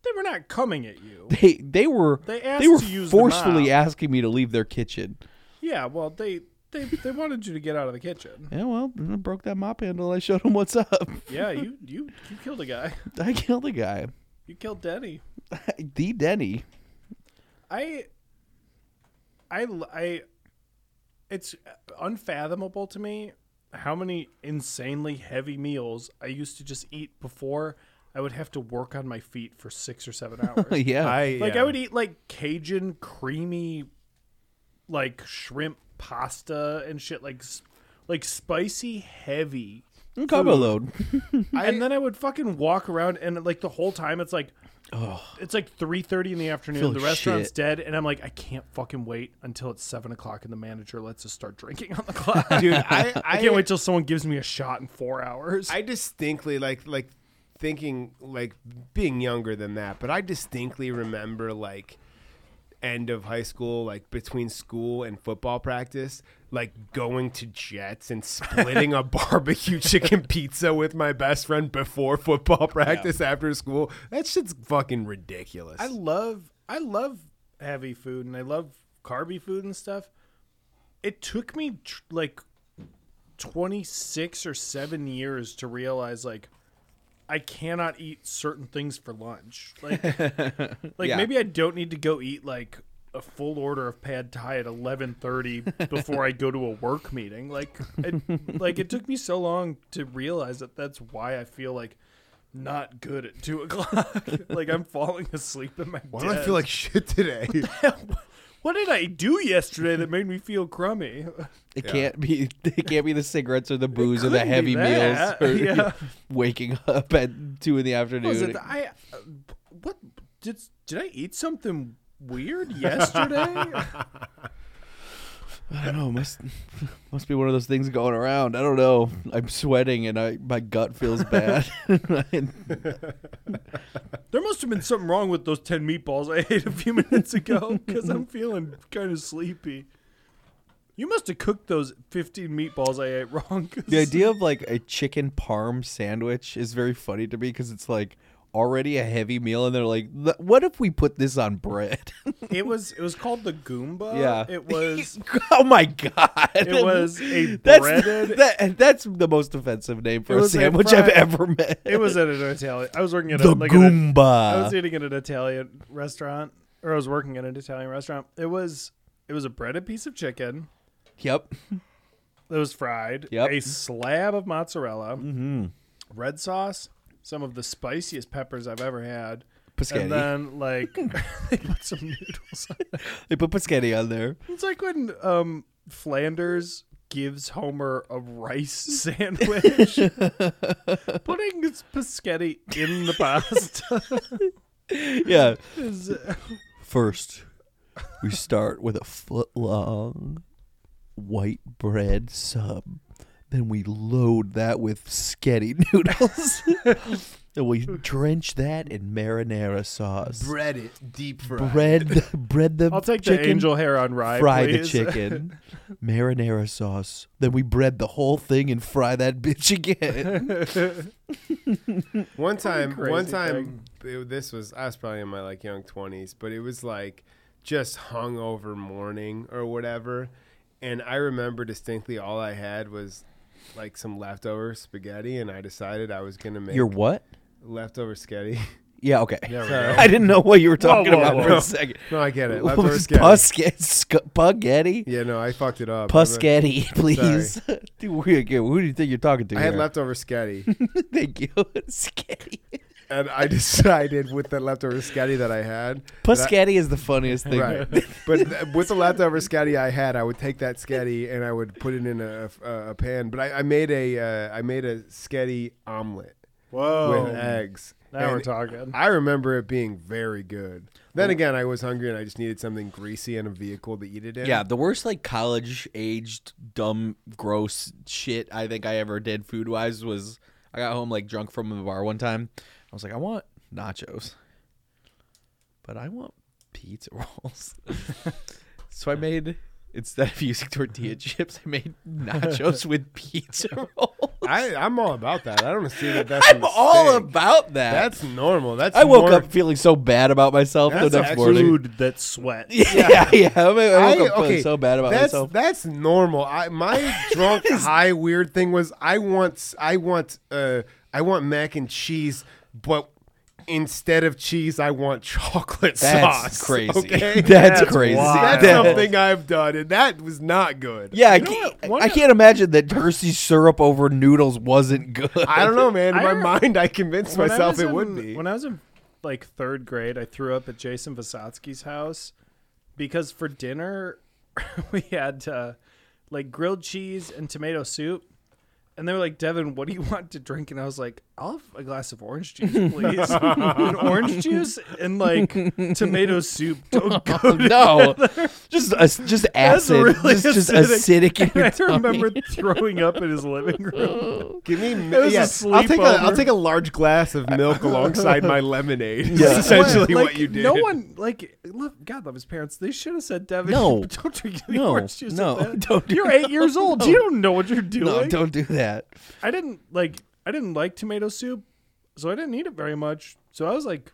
[SPEAKER 1] They were not coming at you.
[SPEAKER 2] They they were
[SPEAKER 1] They
[SPEAKER 2] they,
[SPEAKER 1] asked
[SPEAKER 2] were
[SPEAKER 1] to use the
[SPEAKER 2] forcefully
[SPEAKER 1] mop.
[SPEAKER 2] asking me to leave their kitchen.
[SPEAKER 1] Yeah, well, they they they wanted you to get out of the kitchen.
[SPEAKER 2] Yeah, well, I broke that mop handle. I showed them what's up.
[SPEAKER 1] Yeah, you you you killed a guy.
[SPEAKER 2] I killed a guy.
[SPEAKER 1] You killed Denny.
[SPEAKER 2] the Denny.
[SPEAKER 1] I, I, I, it's unfathomable to me how many insanely heavy meals I used to just eat before I would have to work on my feet for six or seven hours.
[SPEAKER 2] yeah.
[SPEAKER 3] I
[SPEAKER 1] like
[SPEAKER 3] yeah.
[SPEAKER 1] I would eat like Cajun creamy, like shrimp pasta and shit, like s- like spicy heavy
[SPEAKER 2] Combo load.
[SPEAKER 1] and then I would fucking walk around, and like the whole time, it's like, it's like three thirty in the afternoon.
[SPEAKER 2] Feel
[SPEAKER 1] The
[SPEAKER 2] like
[SPEAKER 1] restaurant's
[SPEAKER 2] shit.
[SPEAKER 1] dead, and I'm like, I can't fucking wait until it's seven o'clock, and the manager lets us start drinking on the clock.
[SPEAKER 3] dude. I, I,
[SPEAKER 1] I can't wait till someone gives me a shot in four hours.
[SPEAKER 3] I distinctly like like thinking like being younger than that, but I distinctly remember like end of high school, like between school and football practice, like going to Jets and splitting a barbecue chicken pizza with my best friend before football practice after school. That shit's fucking ridiculous.
[SPEAKER 1] I love I love heavy food and I love carby food and stuff. It took me tr- like 26 or 7 years to realize like I cannot eat certain things for lunch. Like like
[SPEAKER 2] Yeah.
[SPEAKER 1] maybe I don't need to go eat like a full order of pad thai at 11:30 before I go to a work meeting. Like it, like it took me so long to realize that that's why I feel like not good at two o'clock. like I'm falling asleep in my.
[SPEAKER 3] Why do I feel like shit today?
[SPEAKER 1] What did I do yesterday that made me feel crummy?
[SPEAKER 2] It
[SPEAKER 3] Yeah.
[SPEAKER 2] can't be. It can't be the cigarettes or the booze or the
[SPEAKER 1] couldn't be
[SPEAKER 2] heavy meals
[SPEAKER 1] that.
[SPEAKER 2] or
[SPEAKER 1] Yeah.
[SPEAKER 2] waking up at two in the afternoon.
[SPEAKER 1] Was it the- I? uh, What did did I eat something weird yesterday?
[SPEAKER 2] I don't know. Must must be one of those things going around. I don't know. I'm sweating and I my gut feels bad.
[SPEAKER 1] There must have been something wrong with those 10 meatballs I ate a few minutes ago because I'm feeling kind of sleepy. You must have cooked those 15 meatballs I ate wrong. 'cause-
[SPEAKER 2] the idea of like a chicken parm sandwich is very funny to me because it's like already a heavy meal and they're like, "Th- what if we put this on bread?
[SPEAKER 1] It was it was called the Goomba.
[SPEAKER 2] yeah,
[SPEAKER 1] It was
[SPEAKER 2] oh my god!
[SPEAKER 1] it was a
[SPEAKER 2] That's
[SPEAKER 1] breaded
[SPEAKER 2] that, that's the most offensive name for
[SPEAKER 1] It
[SPEAKER 2] a
[SPEAKER 1] was a
[SPEAKER 2] sandwich I've
[SPEAKER 1] fried-
[SPEAKER 2] ever met.
[SPEAKER 1] It was at an Italian. I was working at
[SPEAKER 2] the
[SPEAKER 1] a, like at a- I was
[SPEAKER 2] Goomba.
[SPEAKER 1] eating at an Italian restaurant or I was working at an Italian restaurant. It was it was a breaded piece of chicken
[SPEAKER 2] yep.
[SPEAKER 1] that was fried,
[SPEAKER 2] Yep. Mm-hmm.
[SPEAKER 1] a slab of mozzarella, red sauce, some of the spiciest peppers I've ever had.
[SPEAKER 2] Paschetti.
[SPEAKER 1] And then like they put some noodles. On it.
[SPEAKER 2] They put Paschetti on there.
[SPEAKER 1] It's like when um, Flanders gives Homer a rice sandwich, putting his paschetti in the pasta.
[SPEAKER 2] Yeah.
[SPEAKER 1] is,
[SPEAKER 2] First, we start with a foot long white bread sub. Then we load that with sketty noodles. and we drench that in marinara sauce.
[SPEAKER 3] Bread it deep fried.
[SPEAKER 2] bread, bread the
[SPEAKER 1] I'll take
[SPEAKER 2] chicken,
[SPEAKER 1] the angel hair on rye.
[SPEAKER 2] fry the
[SPEAKER 1] please.
[SPEAKER 2] chicken, marinara sauce. Then we bread the whole thing and fry that bitch again.
[SPEAKER 3] One time,
[SPEAKER 1] crazy
[SPEAKER 3] one time, it- this was I was probably in my like young twenties, but it was like just hungover morning or whatever, and I remember distinctly all I had was like some leftover spaghetti, and I decided I was gonna make
[SPEAKER 2] Your what?
[SPEAKER 3] leftover spaghetti.
[SPEAKER 2] Yeah, okay.
[SPEAKER 3] Sorry.
[SPEAKER 2] I didn't know what you were talking
[SPEAKER 1] whoa,
[SPEAKER 2] about for
[SPEAKER 1] whoa.
[SPEAKER 2] a second.
[SPEAKER 3] no, I get it.
[SPEAKER 2] What
[SPEAKER 3] Leftover
[SPEAKER 2] was
[SPEAKER 3] spaghetti.
[SPEAKER 2] Pusket- sc- Spaghetti?
[SPEAKER 3] yeah, no, I fucked it up.
[SPEAKER 2] Puschetti, please. Dude, we- okay, who do you think you're talking to?
[SPEAKER 3] I had
[SPEAKER 2] here?
[SPEAKER 3] leftover spaghetti,
[SPEAKER 2] Thank you. Sketti.
[SPEAKER 3] and I decided with the leftover spaghetti that I had, that
[SPEAKER 2] Puschetti is the funniest thing.
[SPEAKER 3] Right. but th- with the leftover scatty I had, I would take that scatty and I would put it in a, a, a pan. But I, I made a uh, I made a scatty omelet
[SPEAKER 1] Whoa.
[SPEAKER 3] with eggs.
[SPEAKER 1] Now we're
[SPEAKER 3] And
[SPEAKER 1] talking.
[SPEAKER 3] I remember it being very good. Then again, I was hungry and I just needed something greasy and a vehicle to eat it in.
[SPEAKER 2] Yeah, the worst like college aged dumb gross shit I think I ever did food wise was I got home like drunk from the bar one time. I was like, I want nachos, but I want pizza rolls. so I made instead of using tortilla chips, I made nachos with pizza rolls.
[SPEAKER 3] I, I'm all about that. I don't see that that's. a
[SPEAKER 2] I'm all
[SPEAKER 3] mistake.
[SPEAKER 2] about that.
[SPEAKER 3] That's normal. That's.
[SPEAKER 2] I woke
[SPEAKER 3] more-
[SPEAKER 2] up feeling so bad about myself
[SPEAKER 3] That's
[SPEAKER 2] the next
[SPEAKER 3] actually-
[SPEAKER 2] morning.
[SPEAKER 1] Food that sweat.
[SPEAKER 2] Yeah, yeah. I, mean, I
[SPEAKER 3] I-
[SPEAKER 2] woke up feeling so bad about
[SPEAKER 3] that's,
[SPEAKER 2] myself.
[SPEAKER 3] That's normal. I my drunk high weird thing was I want I want uh I want mac and cheese, but instead of cheese I want chocolate
[SPEAKER 2] That's
[SPEAKER 3] sauce.
[SPEAKER 2] crazy.
[SPEAKER 3] Okay?
[SPEAKER 2] That's,
[SPEAKER 1] That's
[SPEAKER 2] crazy.
[SPEAKER 1] wild.
[SPEAKER 3] That's
[SPEAKER 2] That-
[SPEAKER 3] something I've done, and that was not good.
[SPEAKER 2] Yeah, I,
[SPEAKER 1] know
[SPEAKER 2] can't,
[SPEAKER 1] what? One
[SPEAKER 2] I
[SPEAKER 1] of-
[SPEAKER 2] can't imagine that Hershey's syrup over noodles wasn't good.
[SPEAKER 3] I don't know, man. In
[SPEAKER 1] I
[SPEAKER 3] my
[SPEAKER 1] rem-
[SPEAKER 3] mind, I convinced
[SPEAKER 1] When I
[SPEAKER 3] myself
[SPEAKER 1] was
[SPEAKER 3] it would
[SPEAKER 1] in-
[SPEAKER 3] be.
[SPEAKER 1] When I was in like third grade, I threw up at Jason Vasotsky's house because for dinner we had uh, like grilled cheese and tomato soup. And they were like, Devin, what do you want to drink? And I was like, I'll have a glass of orange juice, please. and orange juice and like tomato soup. Don't go to
[SPEAKER 2] Oh, no, just a, just acid,
[SPEAKER 1] really
[SPEAKER 2] just, just
[SPEAKER 1] acidic.
[SPEAKER 2] acidic. in your
[SPEAKER 1] I
[SPEAKER 2] tummy.
[SPEAKER 1] remember throwing up in his living room.
[SPEAKER 3] Give me, mi-
[SPEAKER 1] It was a
[SPEAKER 3] yeah, I'll take a, I'll
[SPEAKER 1] sleepover.
[SPEAKER 3] take a large glass of milk alongside my lemonade. It's
[SPEAKER 2] Yeah.
[SPEAKER 3] essentially
[SPEAKER 1] Like,
[SPEAKER 3] what you did.
[SPEAKER 1] No one like love, God love his parents. They should have said Devin.
[SPEAKER 2] No.
[SPEAKER 1] don't drink any
[SPEAKER 2] No.
[SPEAKER 1] orange juice.
[SPEAKER 2] No.
[SPEAKER 1] with that.
[SPEAKER 2] Don't do-
[SPEAKER 1] You're eight years old. You don't know what you're doing.
[SPEAKER 2] No, don't do that.
[SPEAKER 1] I didn't like. I didn't like tomato soup, so I didn't eat it very much. So I was like,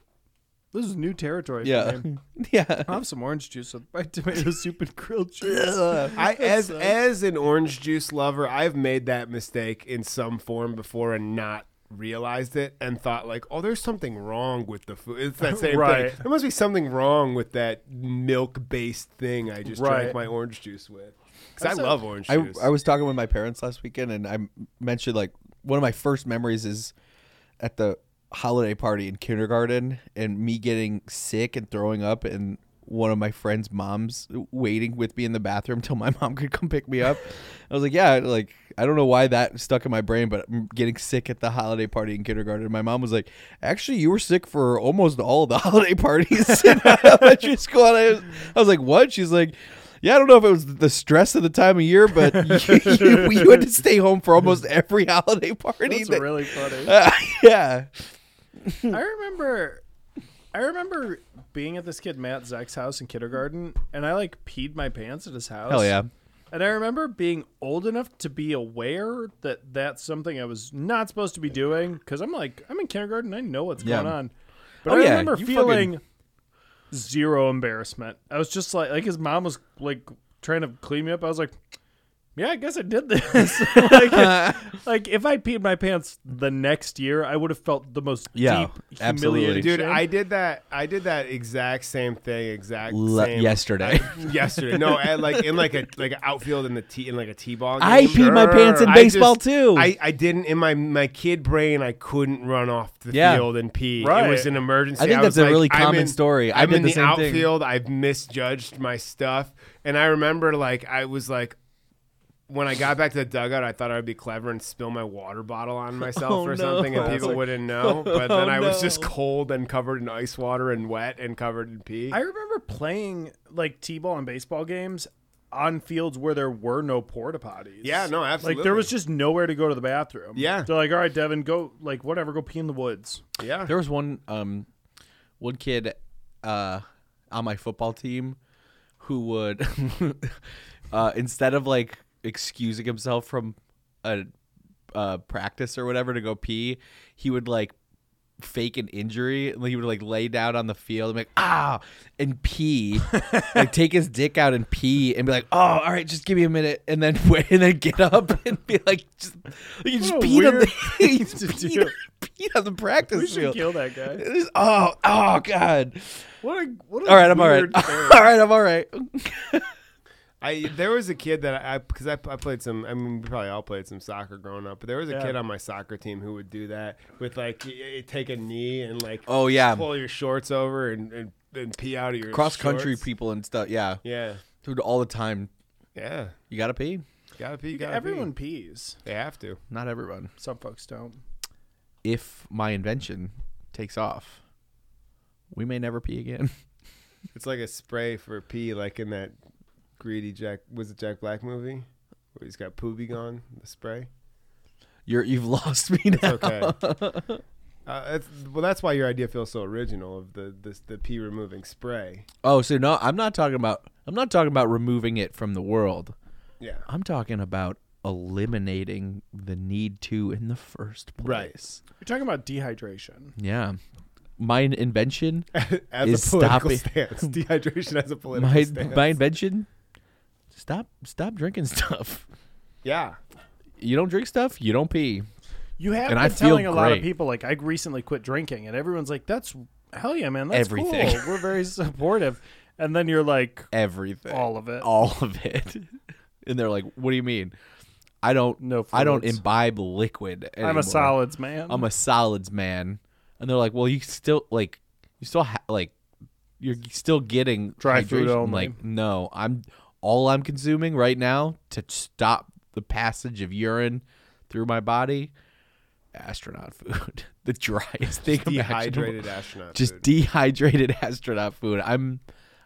[SPEAKER 1] this is new territory.
[SPEAKER 2] Yeah,
[SPEAKER 1] For me.
[SPEAKER 2] yeah.
[SPEAKER 1] I'll have some orange juice with my tomato soup and grilled cheese.
[SPEAKER 2] Ugh.
[SPEAKER 3] I as as an orange juice lover, I've made that mistake in some form before and not realized it and thought like, oh, there's something wrong with the food. It's that same
[SPEAKER 1] Right.
[SPEAKER 3] thing. There must be something wrong with that milk based thing I just
[SPEAKER 1] Right.
[SPEAKER 3] drank my orange juice with. Because I
[SPEAKER 1] Also-
[SPEAKER 3] love orange
[SPEAKER 2] I,
[SPEAKER 3] juice.
[SPEAKER 2] I was talking with my parents last weekend, and I mentioned like one of my first memories is at the holiday party in kindergarten, and me getting sick and throwing up, and one of my friend's moms waiting with me in the bathroom till my mom could come pick me up. I was like, yeah, like I don't know why that stuck in my brain, but I'm getting sick at the holiday party in kindergarten. My mom was like, actually, you were sick for almost all the holiday parties in elementary school. And I was, I was like, what? She's like. Yeah, I don't know if it was the stress of the time of year, but you, you, you had to stay home for almost every holiday party.
[SPEAKER 1] That's
[SPEAKER 2] that-
[SPEAKER 1] really funny.
[SPEAKER 2] Uh, yeah.
[SPEAKER 1] I remember I remember being at this kid Matt Zeck's house in kindergarten and I like peed my pants at his house.
[SPEAKER 2] Hell yeah.
[SPEAKER 1] And I remember being old enough to be aware that that's something I was not supposed to be doing cuz I'm like I'm in kindergarten, I know what's
[SPEAKER 2] Yeah.
[SPEAKER 1] going on. But
[SPEAKER 2] Oh,
[SPEAKER 1] I
[SPEAKER 2] yeah,
[SPEAKER 1] remember
[SPEAKER 2] you
[SPEAKER 1] feeling zero embarrassment. I was just like like his mom was like trying to clean me up. I was like yeah, I guess I did this. like, like, if I peed my pants the next year, I would have felt the most
[SPEAKER 2] Yeah,
[SPEAKER 1] deep,
[SPEAKER 2] absolutely.
[SPEAKER 1] humiliating
[SPEAKER 3] Dude,
[SPEAKER 1] shame.
[SPEAKER 3] I did that. I did that exact same thing. Exact
[SPEAKER 2] Le-
[SPEAKER 3] same
[SPEAKER 2] yesterday.
[SPEAKER 3] I- yesterday. No, at like in like a like an outfield in the t in like a t ball.
[SPEAKER 2] I peed my pants in baseball, too.
[SPEAKER 3] I, I didn't in my my kid brain. I couldn't run off the
[SPEAKER 2] Yeah.
[SPEAKER 3] field and pee.
[SPEAKER 1] Right.
[SPEAKER 3] It was an emergency.
[SPEAKER 2] I think
[SPEAKER 3] was
[SPEAKER 2] that's a
[SPEAKER 3] like,
[SPEAKER 2] really
[SPEAKER 3] I'm
[SPEAKER 2] common
[SPEAKER 3] in-
[SPEAKER 2] story. I
[SPEAKER 3] I'm
[SPEAKER 2] did
[SPEAKER 3] in
[SPEAKER 2] the
[SPEAKER 3] the,
[SPEAKER 2] same thing.
[SPEAKER 3] outfield. I've misjudged my stuff, and I remember like I was like. When I got back to the dugout, I thought I'd be clever and spill my water bottle on myself
[SPEAKER 2] Oh,
[SPEAKER 3] or
[SPEAKER 2] no.
[SPEAKER 3] something, and people
[SPEAKER 2] Classic.
[SPEAKER 3] wouldn't know. But then
[SPEAKER 2] Oh,
[SPEAKER 3] I was
[SPEAKER 2] no.
[SPEAKER 3] just cold and covered in ice water and wet and covered in pee.
[SPEAKER 1] I remember playing like t-ball and baseball games on fields where there were no porta potties.
[SPEAKER 3] Yeah, no,
[SPEAKER 1] Like
[SPEAKER 3] absolutely.
[SPEAKER 1] there was just nowhere to go to the bathroom.
[SPEAKER 3] Yeah.
[SPEAKER 1] they're like, all right, Devin, go like whatever, go pee in the woods.
[SPEAKER 3] yeah.
[SPEAKER 2] There was one um one kid uh on my football team who would uh instead of like excusing himself from a uh practice or whatever to go pee, he would like fake an injury and he would like lay down on the field and be like ah and pee like take his dick out and pee and be like oh all right just give me a minute and then wait and then get up and be like just you just
[SPEAKER 1] a
[SPEAKER 2] peed on the
[SPEAKER 1] weird
[SPEAKER 2] he
[SPEAKER 1] thing
[SPEAKER 2] just
[SPEAKER 1] to
[SPEAKER 2] peed
[SPEAKER 1] do.
[SPEAKER 2] on- peed on the practice
[SPEAKER 1] We should
[SPEAKER 2] field.
[SPEAKER 1] kill that guy.
[SPEAKER 2] It is- oh, oh, God.
[SPEAKER 1] What a what a
[SPEAKER 2] All right, I'm all right.
[SPEAKER 1] weird
[SPEAKER 2] All
[SPEAKER 1] story.
[SPEAKER 2] right, I'm all right.
[SPEAKER 3] I there was a kid that I because I, I played some. I mean, we probably all played some soccer growing up, but there was a
[SPEAKER 1] Yeah.
[SPEAKER 3] kid on my soccer team who would do that with like y- y- take a knee and like
[SPEAKER 2] Oh, yeah.
[SPEAKER 3] pull your shorts over and and, and pee out of your
[SPEAKER 2] Cross country
[SPEAKER 3] shorts.
[SPEAKER 2] people and stuff. Yeah.
[SPEAKER 3] Yeah,
[SPEAKER 2] Dude, all the time.
[SPEAKER 3] yeah,
[SPEAKER 2] You got to pee?
[SPEAKER 3] gotta pee. Gotta
[SPEAKER 1] Everyone
[SPEAKER 3] pee.
[SPEAKER 1] pees.
[SPEAKER 3] they have to.
[SPEAKER 2] Not everyone.
[SPEAKER 1] Some folks don't.
[SPEAKER 2] If my invention takes off, we may never pee again.
[SPEAKER 3] It's like a spray for pee, like in that greedy Jack. Was it Jack Black movie where he's got Pooby gone? The spray.
[SPEAKER 2] You're, you've lost me now.
[SPEAKER 3] Okay. Uh, that's, well, that's why your idea feels so original of the this, the pee removing spray.
[SPEAKER 2] Oh, so no, I'm not talking about. I'm not talking about removing it from the world.
[SPEAKER 3] Yeah.
[SPEAKER 2] I'm talking about eliminating the need to in the first
[SPEAKER 3] Right.
[SPEAKER 2] place.
[SPEAKER 1] You're talking about dehydration.
[SPEAKER 2] Yeah. My invention
[SPEAKER 3] as
[SPEAKER 2] is
[SPEAKER 3] a political
[SPEAKER 2] stopping-
[SPEAKER 3] stance. Dehydration as a political
[SPEAKER 2] my
[SPEAKER 3] stance.
[SPEAKER 2] my invention. Stop stop drinking stuff.
[SPEAKER 3] yeah.
[SPEAKER 2] You don't drink stuff, you don't pee.
[SPEAKER 1] You have
[SPEAKER 2] And
[SPEAKER 1] been
[SPEAKER 2] I feel
[SPEAKER 1] telling a lot of
[SPEAKER 2] great.
[SPEAKER 1] people like I recently quit drinking, and everyone's like, "That's hell yeah, man! That's
[SPEAKER 2] Everything.
[SPEAKER 1] Cool. We're very supportive." And then you're like,
[SPEAKER 2] Everything.
[SPEAKER 1] All of it.
[SPEAKER 2] All of it. And they're like, "What do you mean? I don't
[SPEAKER 1] No
[SPEAKER 2] I don't
[SPEAKER 1] fluids.
[SPEAKER 2] imbibe liquid anymore.
[SPEAKER 1] "I'm a solids man."
[SPEAKER 2] I'm a solids man." And they're like, "Well, you still like you still ha- like you're still getting
[SPEAKER 1] Dry food
[SPEAKER 2] hydration." I'm
[SPEAKER 1] only.
[SPEAKER 2] Like, no, I'm all I'm consuming right now to stop the passage of urine through my body. Astronaut food, the driest thing imaginable.
[SPEAKER 3] Dehydrated astronaut.
[SPEAKER 2] just
[SPEAKER 3] food.
[SPEAKER 2] dehydrated astronaut food. I'm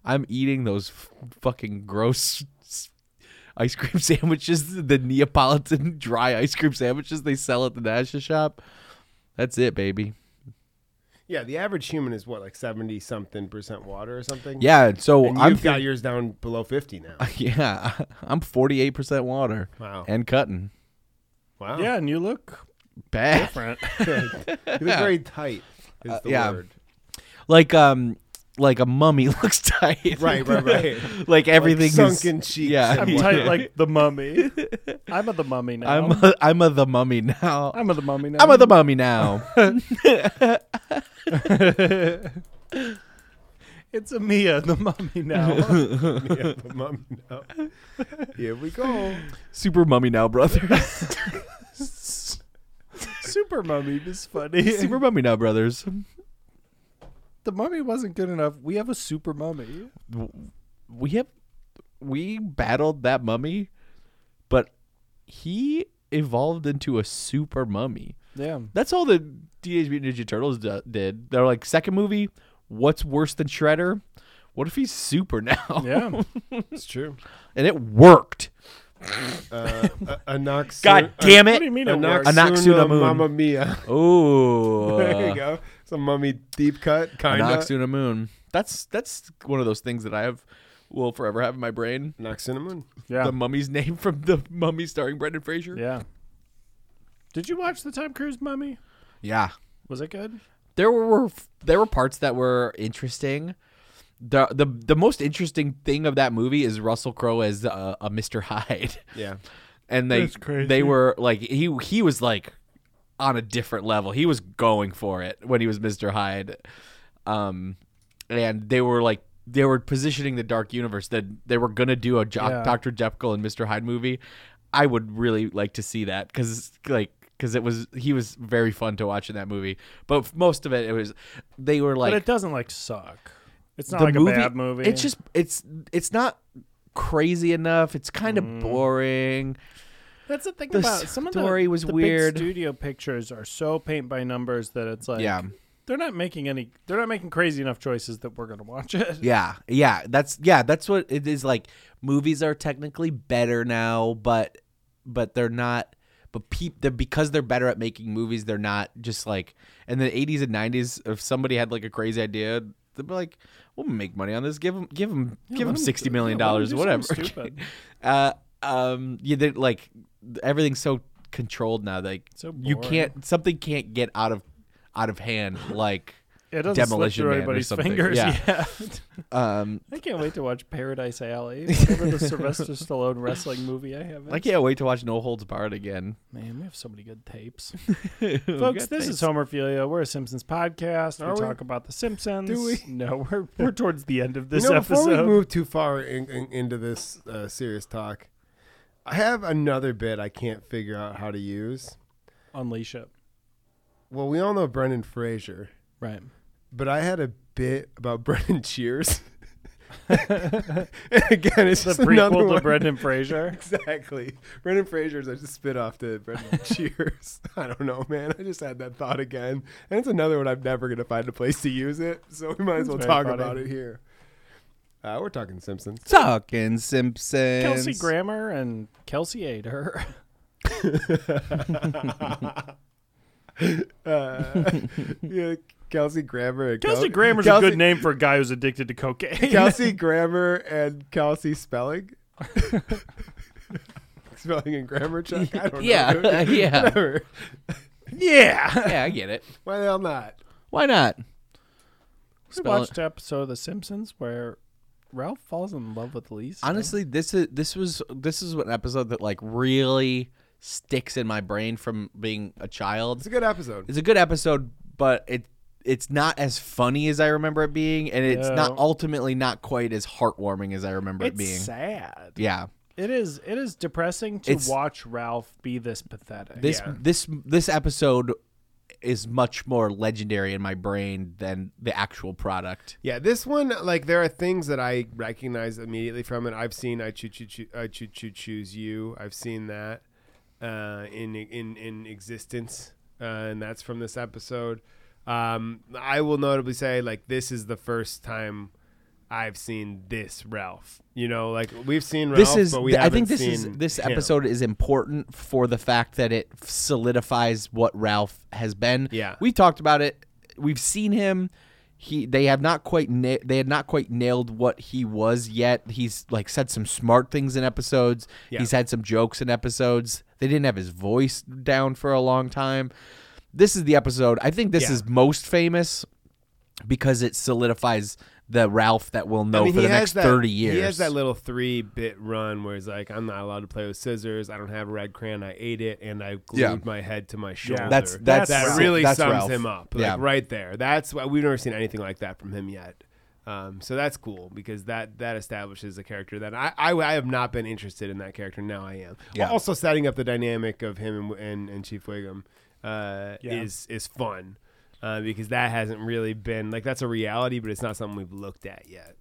[SPEAKER 2] I'm eating those f- fucking gross s- ice cream sandwiches, the Neapolitan dry ice cream sandwiches they sell at the Nasha shop. That's it, baby.
[SPEAKER 3] yeah, the average human is what, like 70 something percent water or something?
[SPEAKER 2] Yeah, so
[SPEAKER 3] And
[SPEAKER 2] I'm
[SPEAKER 3] you've got yours down below 50 now.
[SPEAKER 2] think- yeah, I'm 48% water
[SPEAKER 3] Wow.
[SPEAKER 2] and cutting.
[SPEAKER 3] Wow.
[SPEAKER 1] yeah, and you look
[SPEAKER 2] Bad.
[SPEAKER 1] different.
[SPEAKER 3] You look very tight, is
[SPEAKER 2] Uh,
[SPEAKER 3] the
[SPEAKER 2] yeah.
[SPEAKER 3] word.
[SPEAKER 2] Like um like a mummy looks tight.
[SPEAKER 3] Right, right, right.
[SPEAKER 2] like everything is
[SPEAKER 3] Sunken cheeks.
[SPEAKER 2] yeah.
[SPEAKER 3] and
[SPEAKER 1] I'm
[SPEAKER 3] whatnot.
[SPEAKER 1] tight like the mummy. I'm a the mummy now.
[SPEAKER 2] I'm
[SPEAKER 1] I'm a,
[SPEAKER 2] a, I'm a the mummy now.
[SPEAKER 1] I'm the mummy now.
[SPEAKER 2] I'm a the mummy now.
[SPEAKER 1] It's a Mia, the mummy now.
[SPEAKER 3] Yeah, but mom, no. Here we go.
[SPEAKER 2] Super mummy now, brothers.
[SPEAKER 1] Super mummy is funny.
[SPEAKER 2] Super mummy now, brothers.
[SPEAKER 1] the mummy wasn't good enough. We have a super mummy.
[SPEAKER 2] we have we battled that mummy, but he evolved into a super mummy.
[SPEAKER 1] Yeah.
[SPEAKER 2] That's all the Teenage Mutant Ninja Turtles d- did. They're like second movie. What's worse than Shredder? What if he's super now?
[SPEAKER 1] Yeah.
[SPEAKER 3] It's true.
[SPEAKER 2] and it worked.
[SPEAKER 3] Uh, a, a Nox-
[SPEAKER 2] God damn
[SPEAKER 1] what
[SPEAKER 2] it!
[SPEAKER 1] do you mean
[SPEAKER 3] A
[SPEAKER 1] it works?
[SPEAKER 2] Anaxuna
[SPEAKER 3] Noxuna
[SPEAKER 2] Moon.
[SPEAKER 3] Mamma Mia.
[SPEAKER 2] Oh,
[SPEAKER 3] there
[SPEAKER 1] Uh.
[SPEAKER 3] you go. It's a mummy deep cut, kind of.
[SPEAKER 2] Noxuna Moon. That's that's one of those things that I have will forever have in my brain.
[SPEAKER 3] Noxuna Moon.
[SPEAKER 1] Yeah.
[SPEAKER 2] The mummy's name from the mummy starring Brendan Fraser.
[SPEAKER 1] yeah. Did you watch the Tom Cruise mummy?
[SPEAKER 2] Yeah.
[SPEAKER 1] Was it good?
[SPEAKER 2] there were there were parts that were interesting. The, the the most interesting thing of that movie is Russell Crowe as a, a Mr. Hyde,
[SPEAKER 3] Yeah.
[SPEAKER 2] and they
[SPEAKER 1] That's crazy.
[SPEAKER 2] they were like he he was like on a different level. He was going for it when he was Mr. Hyde, um, and they were like they were positioning the Dark Universe that they were gonna do a jo-
[SPEAKER 1] Yeah.
[SPEAKER 2] Dr. Jekyll and Mr. Hyde movie. I would really like to see that because like because it was he was very fun to watch in that movie. But f- most of it it was they were like
[SPEAKER 1] but it doesn't like suck. It's not
[SPEAKER 2] the
[SPEAKER 1] like
[SPEAKER 2] movie,
[SPEAKER 1] a bad movie.
[SPEAKER 2] It's just it's it's not crazy enough. It's kind of
[SPEAKER 1] Mm.
[SPEAKER 2] boring.
[SPEAKER 1] that's the thing
[SPEAKER 2] the
[SPEAKER 1] about some of the
[SPEAKER 2] story was
[SPEAKER 1] the big
[SPEAKER 2] weird.
[SPEAKER 1] studio pictures are so paint by numbers that it's like
[SPEAKER 2] Yeah.
[SPEAKER 1] they're not making any they're not making crazy enough choices that we're gonna watch it.
[SPEAKER 2] Yeah, yeah, that's yeah, that's what it is like. Movies are technically better now, but but they're not. But peep, they're, because they're better at making movies, they're not just like. In the '80s and '90s, if somebody had like a crazy idea, they'd be like, "We'll make money on this. Give them, give them, give
[SPEAKER 1] let
[SPEAKER 2] them
[SPEAKER 1] 'em
[SPEAKER 2] sixty
[SPEAKER 1] do- yeah,
[SPEAKER 2] million
[SPEAKER 1] let 'em
[SPEAKER 2] dollars,
[SPEAKER 1] do
[SPEAKER 2] whatever."
[SPEAKER 1] something stupid.
[SPEAKER 2] uh, um, yeah, they're like everything's so controlled now. Like
[SPEAKER 1] So
[SPEAKER 2] you
[SPEAKER 1] boring.
[SPEAKER 2] can't something can't get out of out of hand. Like
[SPEAKER 1] It doesn't slip
[SPEAKER 2] Demolition
[SPEAKER 1] through
[SPEAKER 2] Man or
[SPEAKER 1] anybody's
[SPEAKER 2] something.
[SPEAKER 1] fingers
[SPEAKER 2] Yeah.
[SPEAKER 1] yet.
[SPEAKER 2] um,
[SPEAKER 1] I can't wait to watch Paradise Alley, whatever the Sylvester Stallone wrestling movie I have.
[SPEAKER 2] I can't wait to watch No Holds Barred again.
[SPEAKER 1] Man, we have so many good tapes. Folks, this is Homerphilia. We're a Simpsons podcast.
[SPEAKER 3] Are
[SPEAKER 1] we,
[SPEAKER 3] we?
[SPEAKER 1] talk about the Simpsons.
[SPEAKER 3] Do we?
[SPEAKER 1] No, we're, we're towards the end of this
[SPEAKER 3] you know, Before
[SPEAKER 1] episode.
[SPEAKER 3] we move too far in, in- into this uh, serious talk, I have another bit I can't figure out how to use.
[SPEAKER 1] Unleash it.
[SPEAKER 3] Well, we all know Brendan Fraser,
[SPEAKER 1] Right.
[SPEAKER 3] but I had a bit about Brendan Cheers. and again, it's
[SPEAKER 1] The
[SPEAKER 3] just another
[SPEAKER 1] prequel to
[SPEAKER 3] one.
[SPEAKER 1] Brendan Fraser.
[SPEAKER 3] Exactly. Brendan Fraser's. I just spit off to Brendan Cheers. I don't know, man. I just had that thought again. And it's another one I'm never going to find a place to use it. So we might as well
[SPEAKER 1] very
[SPEAKER 3] talk
[SPEAKER 1] funny.
[SPEAKER 3] about it here. Uh, we're talking Simpsons.
[SPEAKER 2] Talking Simpsons.
[SPEAKER 1] Kelsey Grammer and Kelsey Ader.
[SPEAKER 3] Uh, yeah, Kelsey Grammer. And
[SPEAKER 1] Kelsey
[SPEAKER 3] Kel-
[SPEAKER 1] Grammer's
[SPEAKER 3] Kelsey,
[SPEAKER 1] a good name for a guy who's addicted to cocaine.
[SPEAKER 3] Kelsey Grammer and Kelsey Spelling. Spelling and grammar check. I don't
[SPEAKER 2] Yeah,
[SPEAKER 3] know. dude.
[SPEAKER 2] yeah.
[SPEAKER 3] Whatever.
[SPEAKER 1] yeah.
[SPEAKER 2] Yeah, I get it.
[SPEAKER 3] Why the hell not?
[SPEAKER 2] Why not?
[SPEAKER 1] We
[SPEAKER 2] Spell it.
[SPEAKER 1] watched an episode of The Simpsons where Ralph falls in love with Lisa.
[SPEAKER 2] Honestly, this is this was this is an episode that like really sticks in my brain from being a child.
[SPEAKER 3] It's a good episode.
[SPEAKER 2] It's a good episode, but it it's not as funny as I remember it being, and it's not
[SPEAKER 1] No.
[SPEAKER 2] ultimately not quite as heartwarming as I remember
[SPEAKER 1] it's
[SPEAKER 2] it being.
[SPEAKER 1] sad.
[SPEAKER 2] Yeah.
[SPEAKER 1] It is. It is depressing to
[SPEAKER 2] It's-
[SPEAKER 1] watch Ralph be this pathetic.
[SPEAKER 2] This
[SPEAKER 3] Yeah.
[SPEAKER 2] this this episode is much more legendary in my brain than the actual product.
[SPEAKER 3] Yeah, this one like there are things that I recognize immediately from it. I've seen I choo choo choo I choo choo choose you. I've seen that uh, in in in existence, uh, and that's from this episode. Um, I will notably say like this is the first time I've seen this Ralph. You know, like we've seen Ralph,
[SPEAKER 2] this is
[SPEAKER 3] but we
[SPEAKER 2] th- I
[SPEAKER 3] haven't
[SPEAKER 2] think this
[SPEAKER 3] seen
[SPEAKER 2] is this
[SPEAKER 3] him.
[SPEAKER 2] episode is important for the fact that it solidifies what Ralph has been.
[SPEAKER 3] Yeah.
[SPEAKER 2] We talked about it. We've seen him. He they have not quite na- they had not quite nailed what he was yet. He's like said some smart things in episodes.
[SPEAKER 3] Yeah.
[SPEAKER 2] He's had some jokes in episodes. They didn't have his voice down for a long time. This is the episode. I think this
[SPEAKER 3] Yeah.
[SPEAKER 2] is most famous because it solidifies the Ralph that we'll know
[SPEAKER 3] I mean,
[SPEAKER 2] for
[SPEAKER 3] he
[SPEAKER 2] the
[SPEAKER 3] has
[SPEAKER 2] next
[SPEAKER 3] that-
[SPEAKER 2] 30 years.
[SPEAKER 3] He has that little three bit run where he's like, I'm not allowed to play with scissors. I don't have a red crayon. I ate it and I glued
[SPEAKER 2] Yeah.
[SPEAKER 3] my head to my shoulder.
[SPEAKER 2] That's- that's
[SPEAKER 3] that
[SPEAKER 1] Ralph.
[SPEAKER 3] really
[SPEAKER 2] That's
[SPEAKER 3] sums
[SPEAKER 2] Ralph.
[SPEAKER 3] him up. Like
[SPEAKER 2] Yeah.
[SPEAKER 3] right there. That's why we've never seen anything like that from him yet. Um, so that's cool because that that establishes a character that I, I I have not been interested in that character. Now I am.
[SPEAKER 2] Yeah.
[SPEAKER 3] Also setting up the dynamic of him and and, and Chief Wiggum uh,
[SPEAKER 1] Yeah.
[SPEAKER 3] is is fun. uh, because that hasn't really been like that's a reality, but it's not something we've looked at yet.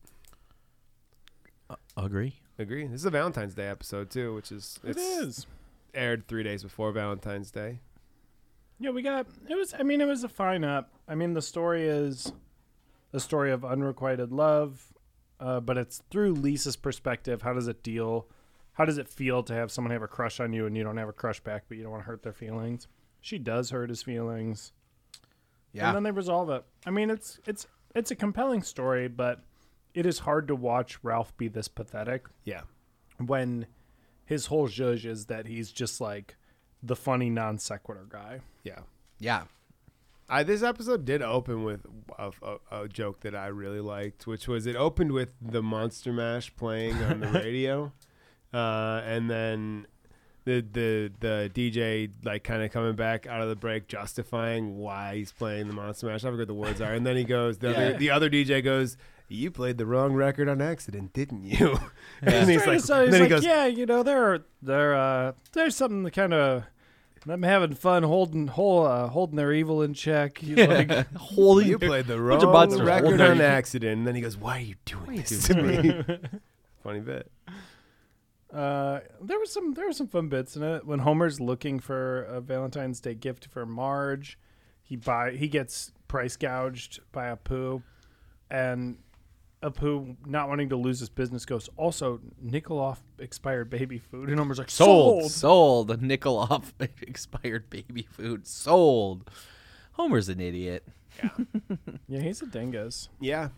[SPEAKER 2] Agree.
[SPEAKER 3] Agree. This is a Valentine's Day episode too, which is
[SPEAKER 1] It
[SPEAKER 3] it's
[SPEAKER 1] is.
[SPEAKER 3] aired three days before Valentine's Day.
[SPEAKER 1] Yeah, we got it was I mean it was a fine up. I mean the story is a story of unrequited love, uh, but it's through Lisa's perspective. How does it deal? How does it feel to have someone have a crush on you and you don't have a crush back, but you don't want to hurt their feelings? She does hurt his feelings.
[SPEAKER 2] Yeah.
[SPEAKER 1] And then they resolve it. I mean it's it's it's a compelling story, but it is hard to watch Ralph be this pathetic
[SPEAKER 3] Yeah.
[SPEAKER 1] when his whole zhuzh is that he's just like the funny non sequitur guy.
[SPEAKER 3] Yeah.
[SPEAKER 2] yeah.
[SPEAKER 3] I, this episode did open with a, a, a joke that I really liked, which was it opened with the Monster Mash playing on the radio, uh, and then the the the DJ like kind of coming back out of the break, justifying why he's playing the Monster Mash. I forget the words are, and then he goes the
[SPEAKER 2] Yeah.
[SPEAKER 3] other, the other DJ goes. You played the wrong record on accident, didn't you? and
[SPEAKER 1] He's
[SPEAKER 3] then he's
[SPEAKER 1] trying
[SPEAKER 3] like,
[SPEAKER 1] to sell- he's
[SPEAKER 3] then he
[SPEAKER 1] like,
[SPEAKER 3] goes,
[SPEAKER 1] yeah, you know, there are there uh, there's something that kind of them having fun holding whole uh, holding their evil in check. He's like,
[SPEAKER 2] Holy.
[SPEAKER 3] You played the
[SPEAKER 2] your buds
[SPEAKER 3] wrong
[SPEAKER 2] are
[SPEAKER 3] record
[SPEAKER 2] holding
[SPEAKER 3] on
[SPEAKER 2] it.
[SPEAKER 3] accident. And then he goes, Why are you doing this to me? Funny bit.
[SPEAKER 1] uh, there was some there were some fun bits in it when Homer's looking for a Valentine's Day gift for Marge. He buy he gets price gouged by Apu, and Apu not wanting to lose his business goes also nickel off expired baby food, and Homer's like
[SPEAKER 2] Sold. Sold. A nickel off expired baby food. Sold. Homer's an idiot.
[SPEAKER 1] Yeah, he's a dingus.
[SPEAKER 3] Yeah.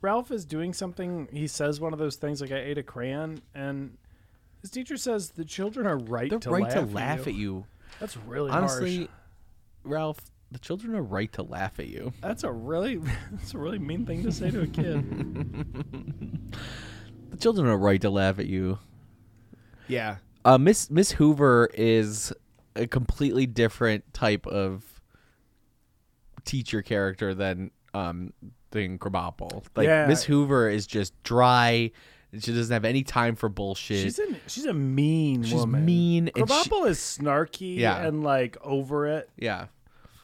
[SPEAKER 1] Ralph is doing something. He says one of those things like "I ate a crayon," and his teacher says the children are right
[SPEAKER 2] They're
[SPEAKER 1] to
[SPEAKER 2] right
[SPEAKER 1] laugh
[SPEAKER 2] to
[SPEAKER 1] at
[SPEAKER 2] laugh
[SPEAKER 1] you.
[SPEAKER 2] at you.
[SPEAKER 1] That's really
[SPEAKER 2] Honestly,
[SPEAKER 1] harsh.
[SPEAKER 2] Ralph, the children are right to laugh at you.
[SPEAKER 1] That's a really that's a really mean thing to say to a kid.
[SPEAKER 2] The children are right to laugh at you.
[SPEAKER 3] Yeah.
[SPEAKER 2] Uh, Miss Miss Hoover is a completely different type of teacher character than um than Krabappel. Like
[SPEAKER 1] Yeah.
[SPEAKER 2] Miss Hoover is just dry. and She doesn't have any time for bullshit.
[SPEAKER 1] she's a she's a mean
[SPEAKER 2] She's
[SPEAKER 1] woman.
[SPEAKER 2] mean and she-
[SPEAKER 1] Krabappel is snarky
[SPEAKER 2] Yeah.
[SPEAKER 1] and like over it.
[SPEAKER 2] yeah.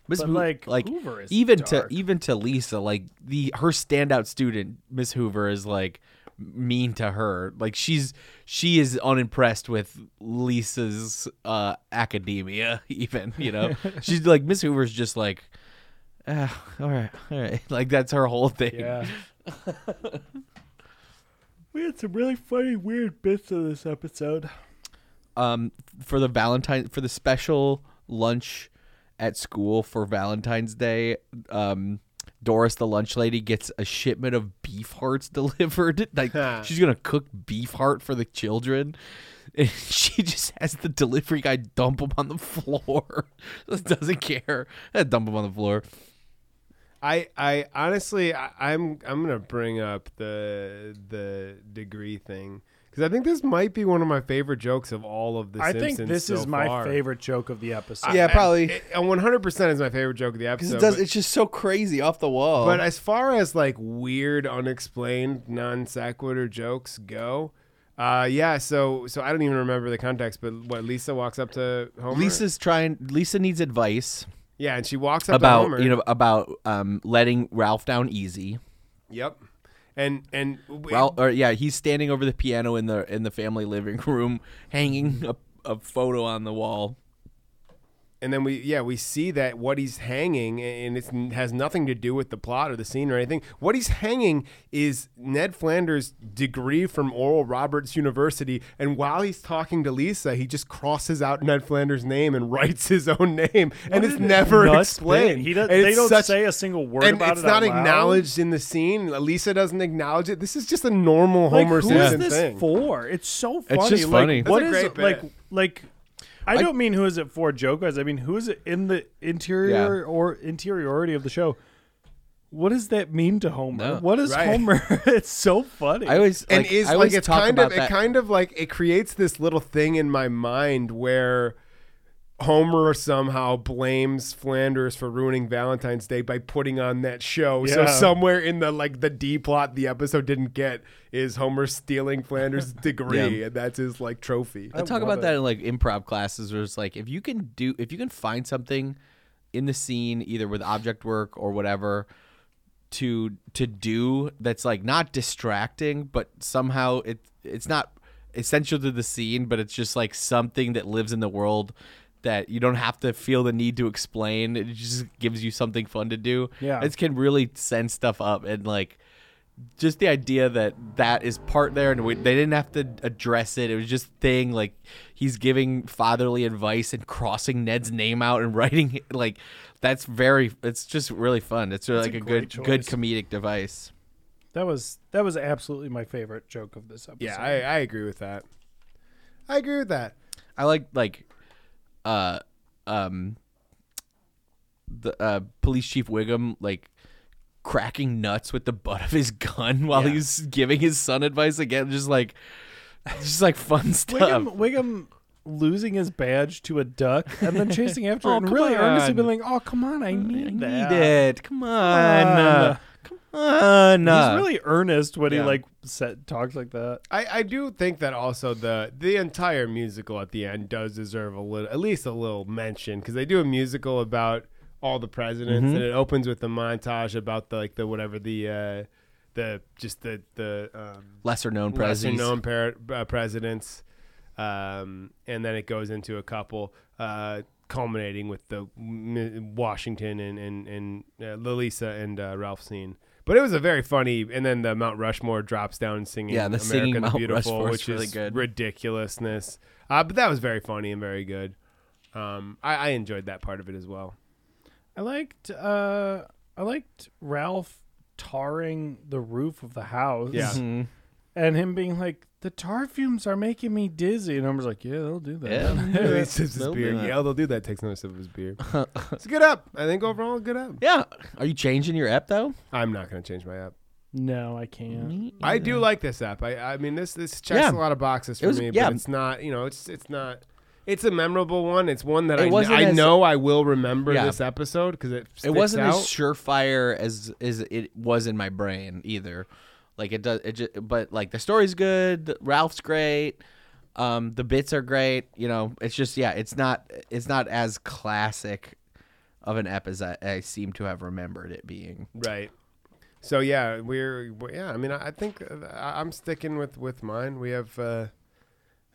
[SPEAKER 2] Miss
[SPEAKER 1] But,
[SPEAKER 2] Hoo-
[SPEAKER 1] like, Hoover is
[SPEAKER 2] even
[SPEAKER 1] dark.
[SPEAKER 2] to even to Lisa, like the her standout student, Miss Hoover is like mean to her. Like she's she is unimpressed with Lisa's uh academia even, you know. she's like Miss Hoover's just like ah, all right, all right. Like that's her whole thing.
[SPEAKER 1] Yeah. we had some really funny weird bits of this episode.
[SPEAKER 2] um for the Valentine for the special lunch at school for Valentine's Day. Um Doris the lunch lady gets a shipment of beef hearts delivered. Like she's gonna cook beef heart for the children. And she just has the delivery guy dump them on the floor. Doesn't care. Eh, Dump them on the floor.
[SPEAKER 3] I, I honestly I, I'm I'm gonna bring up the the degree thing because I think this might be one of my favorite jokes of all of the
[SPEAKER 1] I
[SPEAKER 3] Simpsons.
[SPEAKER 1] think this
[SPEAKER 3] so
[SPEAKER 1] is my
[SPEAKER 3] far.
[SPEAKER 1] favorite joke of the episode.
[SPEAKER 2] Yeah, probably.
[SPEAKER 3] It- it- 100% is my favorite joke of the episode. but-
[SPEAKER 2] It's just so crazy off the wall.
[SPEAKER 3] But as far as like weird, unexplained, non sequitur jokes go, uh, yeah. So so I don't even remember the context, but what Lisa walks up to Homer.
[SPEAKER 2] Lisa's trying. Lisa needs advice
[SPEAKER 3] yeah, and she walks up to Homer.
[SPEAKER 2] about you know about um letting Ralph down easy.
[SPEAKER 3] yep. And and w-
[SPEAKER 2] Well, or yeah, he's standing over the piano in the in the family living room, hanging a, a photo on the wall.
[SPEAKER 3] and then we yeah we see that what he's hanging and it has nothing to do with the plot or the scene or anything what he's hanging is ned flanders degree from oral roberts university and while he's talking to lisa he just crosses out ned flanders name and writes his own name and it's never
[SPEAKER 1] nuts
[SPEAKER 3] explained
[SPEAKER 1] bit. He does,
[SPEAKER 3] And
[SPEAKER 1] they
[SPEAKER 3] it's
[SPEAKER 1] don't
[SPEAKER 3] such-
[SPEAKER 1] say a single word
[SPEAKER 3] and
[SPEAKER 1] about
[SPEAKER 3] it's
[SPEAKER 1] it.
[SPEAKER 3] not
[SPEAKER 1] out loud.
[SPEAKER 3] acknowledged in the scene lisa doesn't acknowledge it this is just a normal
[SPEAKER 1] Like,
[SPEAKER 3] homer
[SPEAKER 1] who is
[SPEAKER 3] simpson
[SPEAKER 1] this
[SPEAKER 3] thing
[SPEAKER 1] for? It's so funny.
[SPEAKER 2] just
[SPEAKER 1] like,
[SPEAKER 2] funny.
[SPEAKER 1] What
[SPEAKER 3] That's a
[SPEAKER 1] is
[SPEAKER 3] great
[SPEAKER 1] like
[SPEAKER 3] bit.
[SPEAKER 1] like? I, don't mean who is it for, joke wise. I mean who is it in the interior
[SPEAKER 2] Yeah.
[SPEAKER 1] or interiority of the show? What does that mean to Homer?
[SPEAKER 2] No.
[SPEAKER 1] What is
[SPEAKER 3] Right.
[SPEAKER 1] Homer? it's so funny.
[SPEAKER 2] I always
[SPEAKER 3] and
[SPEAKER 2] like,
[SPEAKER 3] is
[SPEAKER 2] I
[SPEAKER 3] like
[SPEAKER 2] always
[SPEAKER 3] it's
[SPEAKER 2] talk
[SPEAKER 3] kind
[SPEAKER 2] about
[SPEAKER 3] of it
[SPEAKER 2] that.
[SPEAKER 3] kind of like it creates this little thing in my mind where Homer somehow blames Flanders for ruining Valentine's Day by putting on that show. So
[SPEAKER 1] Yeah.
[SPEAKER 3] somewhere in the like the D plot the episode didn't get is Homer stealing Flanders' degree
[SPEAKER 2] Yeah.
[SPEAKER 3] and that's his like trophy.
[SPEAKER 2] I talk
[SPEAKER 1] love
[SPEAKER 2] about
[SPEAKER 1] it.
[SPEAKER 2] that in like improv classes, where it's like if you can do if you can find something in the scene either with object work or whatever to to do that's like not distracting but somehow it it's not essential to the scene but it's just like something that lives in the world that you don't have to feel the need to explain it just gives you something fun to do
[SPEAKER 1] Yeah.
[SPEAKER 2] it can really send stuff up and like just the idea that that is part there and we, they didn't have to address it it was just thing like he's giving fatherly advice and crossing ned's name out and writing it, like that's very it's just really fun it's really
[SPEAKER 1] That's
[SPEAKER 2] like a,
[SPEAKER 1] a
[SPEAKER 2] good
[SPEAKER 1] great
[SPEAKER 2] good
[SPEAKER 1] choice.
[SPEAKER 2] comedic device
[SPEAKER 1] That was that was absolutely my favorite joke of this episode.
[SPEAKER 3] Yeah, I, I agree with that. I agree with that.
[SPEAKER 2] i like like uh um the uh police chief wiggum like cracking nuts with the butt of his gun while
[SPEAKER 1] Yeah.
[SPEAKER 2] he's giving his son advice again just like just like fun stuff
[SPEAKER 1] Wiggum, Wiggum losing his badge to a duck and then chasing after
[SPEAKER 2] Oh,
[SPEAKER 1] it and
[SPEAKER 2] come
[SPEAKER 1] really earnestly
[SPEAKER 2] on. Mm,
[SPEAKER 1] being like, "Oh, come on, I need
[SPEAKER 2] I
[SPEAKER 1] that."
[SPEAKER 2] need it. Come on. uh, Come on. uh.
[SPEAKER 1] He's really earnest when he
[SPEAKER 2] Yeah.
[SPEAKER 1] like said talks like that.
[SPEAKER 3] I, I do think that also the the entire musical at the end does deserve a little at least a little mention because they do a musical about all the presidents and it opens with the montage about the like the whatever the uh, the just the the um,
[SPEAKER 2] lesser known
[SPEAKER 3] lesser
[SPEAKER 2] president.
[SPEAKER 3] known par- uh, presidents, um, and then it goes into a couple, uh, culminating with the M- Washington and and and uh, Lalisa and uh, Ralph scene. But it was a very funny, and then the Mount Rushmore drops down and singing
[SPEAKER 2] Yeah, the
[SPEAKER 3] America
[SPEAKER 2] singing
[SPEAKER 3] the
[SPEAKER 2] Mount
[SPEAKER 3] Beautiful,
[SPEAKER 2] Rushmore is
[SPEAKER 3] which
[SPEAKER 2] really
[SPEAKER 3] is
[SPEAKER 2] good.
[SPEAKER 3] ridiculousness. Uh, but that was very funny and very good. Um, I, I enjoyed that part of it as well.
[SPEAKER 1] I liked uh I liked Ralph tarring the roof of the house.
[SPEAKER 3] Yeah.
[SPEAKER 2] Mhm.
[SPEAKER 1] And him being like, the tar fumes are making me dizzy. And I was like, yeah, they'll do that.
[SPEAKER 2] Yeah.
[SPEAKER 3] he sips his
[SPEAKER 2] They'll do
[SPEAKER 3] beer.
[SPEAKER 2] that.
[SPEAKER 3] Yeah, they'll do that. Takes another sip of his beer. it's a good up. I think overall, good up.
[SPEAKER 2] yeah. Are you changing your app though?
[SPEAKER 3] I'm not going to change my app.
[SPEAKER 1] No, I can't.
[SPEAKER 3] I do like this app. I, I mean this this checks
[SPEAKER 2] Yeah.
[SPEAKER 3] a lot of boxes for
[SPEAKER 2] was-
[SPEAKER 3] me,
[SPEAKER 2] yeah.
[SPEAKER 3] but it's not you know it's it's not it's a memorable one. It's one that
[SPEAKER 2] It
[SPEAKER 3] I kn-
[SPEAKER 2] wasn't
[SPEAKER 3] I
[SPEAKER 2] as-
[SPEAKER 3] know I will remember
[SPEAKER 2] Yeah.
[SPEAKER 3] this episode because it
[SPEAKER 2] It wasn't
[SPEAKER 3] out.
[SPEAKER 2] as surefire as as it was in my brain either. Like it does. It just, but like the story's good. Ralph's great. Um, the bits are great. You know, it's just yeah. It's not. It's not as classic of an app as I, I seem to have remembered it being.
[SPEAKER 3] right. So yeah, we're we're- yeah. I mean I, I think uh, I, I'm sticking with with mine. We have uh,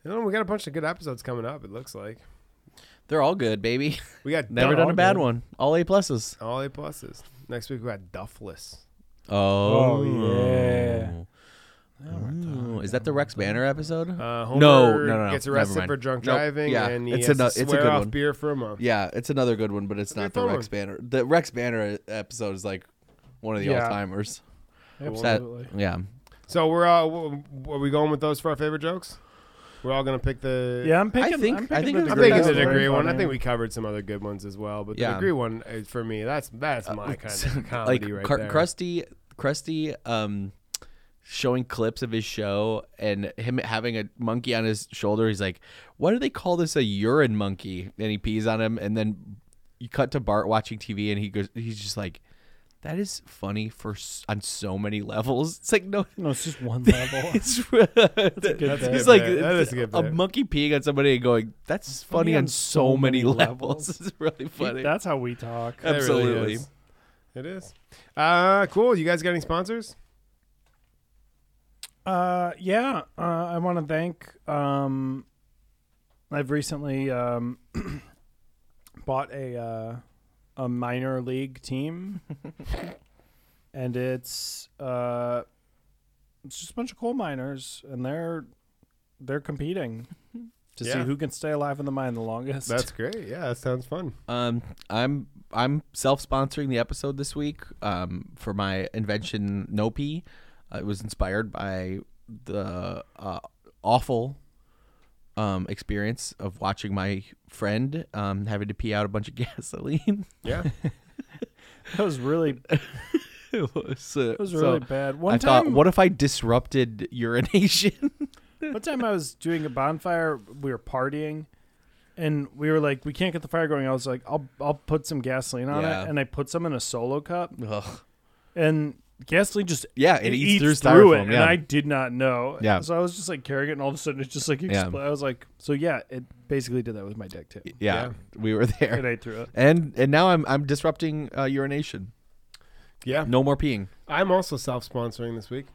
[SPEAKER 3] you know we got a bunch of good episodes coming up. It looks like
[SPEAKER 2] They're all good, baby.
[SPEAKER 3] we got
[SPEAKER 2] Never
[SPEAKER 3] Duff-
[SPEAKER 2] done a bad one. All A pluses.
[SPEAKER 3] all A pluses. Next week we got Duffless.
[SPEAKER 2] Oh,
[SPEAKER 1] yeah.
[SPEAKER 2] Ooh, Is that the Rex Banner episode?
[SPEAKER 3] Uh, Homer
[SPEAKER 2] No, no, no, no,
[SPEAKER 3] Gets
[SPEAKER 2] never
[SPEAKER 3] arrested
[SPEAKER 2] mind.
[SPEAKER 3] for drunk
[SPEAKER 2] Nope,
[SPEAKER 3] driving,
[SPEAKER 2] yeah,
[SPEAKER 3] and he
[SPEAKER 2] it's
[SPEAKER 3] has
[SPEAKER 2] a no-
[SPEAKER 3] to
[SPEAKER 2] it's a
[SPEAKER 3] swear
[SPEAKER 2] good
[SPEAKER 3] off
[SPEAKER 2] one.
[SPEAKER 3] beer for a month.
[SPEAKER 2] yeah, it's another good one, but it's not
[SPEAKER 3] a
[SPEAKER 2] the
[SPEAKER 3] fun
[SPEAKER 2] Rex
[SPEAKER 3] one.
[SPEAKER 2] Banner. The Rex Banner episode is like one of the
[SPEAKER 1] Yeah.
[SPEAKER 2] all timers.
[SPEAKER 1] Absolutely.
[SPEAKER 2] Yeah.
[SPEAKER 3] So we're all. w- w- Are we going with those for our favorite jokes? We're all gonna pick the.
[SPEAKER 1] yeah, I'm picking.
[SPEAKER 2] I think-
[SPEAKER 1] I'm
[SPEAKER 2] I
[SPEAKER 1] picking
[SPEAKER 2] think
[SPEAKER 1] the
[SPEAKER 2] it's
[SPEAKER 3] I'm
[SPEAKER 2] Degree
[SPEAKER 3] picking the
[SPEAKER 2] one's
[SPEAKER 1] That's
[SPEAKER 3] degree
[SPEAKER 1] very
[SPEAKER 3] one. I
[SPEAKER 1] funny.
[SPEAKER 3] think we covered some other good ones as well, but
[SPEAKER 2] Yeah. Uh,
[SPEAKER 3] the degree one is for me. That's that's my kind of
[SPEAKER 2] like
[SPEAKER 3] comedy right
[SPEAKER 2] Cr-
[SPEAKER 3] there.
[SPEAKER 2] Krusty, Krusty, um, showing clips of his show and him having a monkey on his shoulder. He's like, "Why do they call this a urine monkey?" And he pees on him, and then you cut to Bart watching TV, and he goes, he's just like. That is funny for s- on so many levels. It's like no,
[SPEAKER 1] No, it's just one level.
[SPEAKER 2] it's
[SPEAKER 1] good
[SPEAKER 2] it's
[SPEAKER 1] bit.
[SPEAKER 2] like
[SPEAKER 3] That is a good
[SPEAKER 2] a
[SPEAKER 3] bit.
[SPEAKER 2] monkey peeing on somebody and going, "That's funny, on, so many, levels." it's really funny.
[SPEAKER 1] That's how we talk.
[SPEAKER 3] It really
[SPEAKER 2] Absolutely.
[SPEAKER 3] is. It is. Uh, cool. You guys got any sponsors?
[SPEAKER 1] Uh, yeah, uh, I want to thank. Um, I've recently um, bought a uh, a minor league team, and it's uh, it's just a bunch of coal miners, and they're they're competing to see
[SPEAKER 3] Yeah.
[SPEAKER 1] who can stay alive in the mine the longest.
[SPEAKER 3] That's great. Yeah, that sounds fun.
[SPEAKER 2] Um, I'm I'm self-sponsoring the episode this week. Um, for my invention No Pee, uh, it was inspired by the uh, awful um experience of watching my friend um having to pee out a bunch of gasoline.
[SPEAKER 3] Yeah.
[SPEAKER 1] that was really that
[SPEAKER 2] it was, uh,
[SPEAKER 1] was
[SPEAKER 2] so
[SPEAKER 1] really bad. One
[SPEAKER 2] I
[SPEAKER 1] time,
[SPEAKER 2] thought, what if I disrupted urination?
[SPEAKER 1] One time I was doing a bonfire, we were partying, and we were like, we can't get the fire going. I was like, I'll I'll put some gasoline on
[SPEAKER 2] Yeah.
[SPEAKER 1] it, and I put some in a solo cup,
[SPEAKER 2] Ugh.
[SPEAKER 1] and gasoline just
[SPEAKER 2] Yeah, it eats through styrofoam,
[SPEAKER 1] it, and
[SPEAKER 2] yeah.
[SPEAKER 1] I did not know.
[SPEAKER 2] Yeah.
[SPEAKER 1] so I was just like carrying it, and all of a sudden it just like
[SPEAKER 2] Yeah.
[SPEAKER 1] exploded. I was like, so yeah, it basically did that with my dick too.
[SPEAKER 2] Yeah,
[SPEAKER 3] Yeah.
[SPEAKER 2] we were there.
[SPEAKER 1] It ate through it.
[SPEAKER 2] and and now I'm I'm disrupting uh, urination.
[SPEAKER 3] Yeah.
[SPEAKER 2] No more peeing.
[SPEAKER 3] I'm also self sponsoring this week.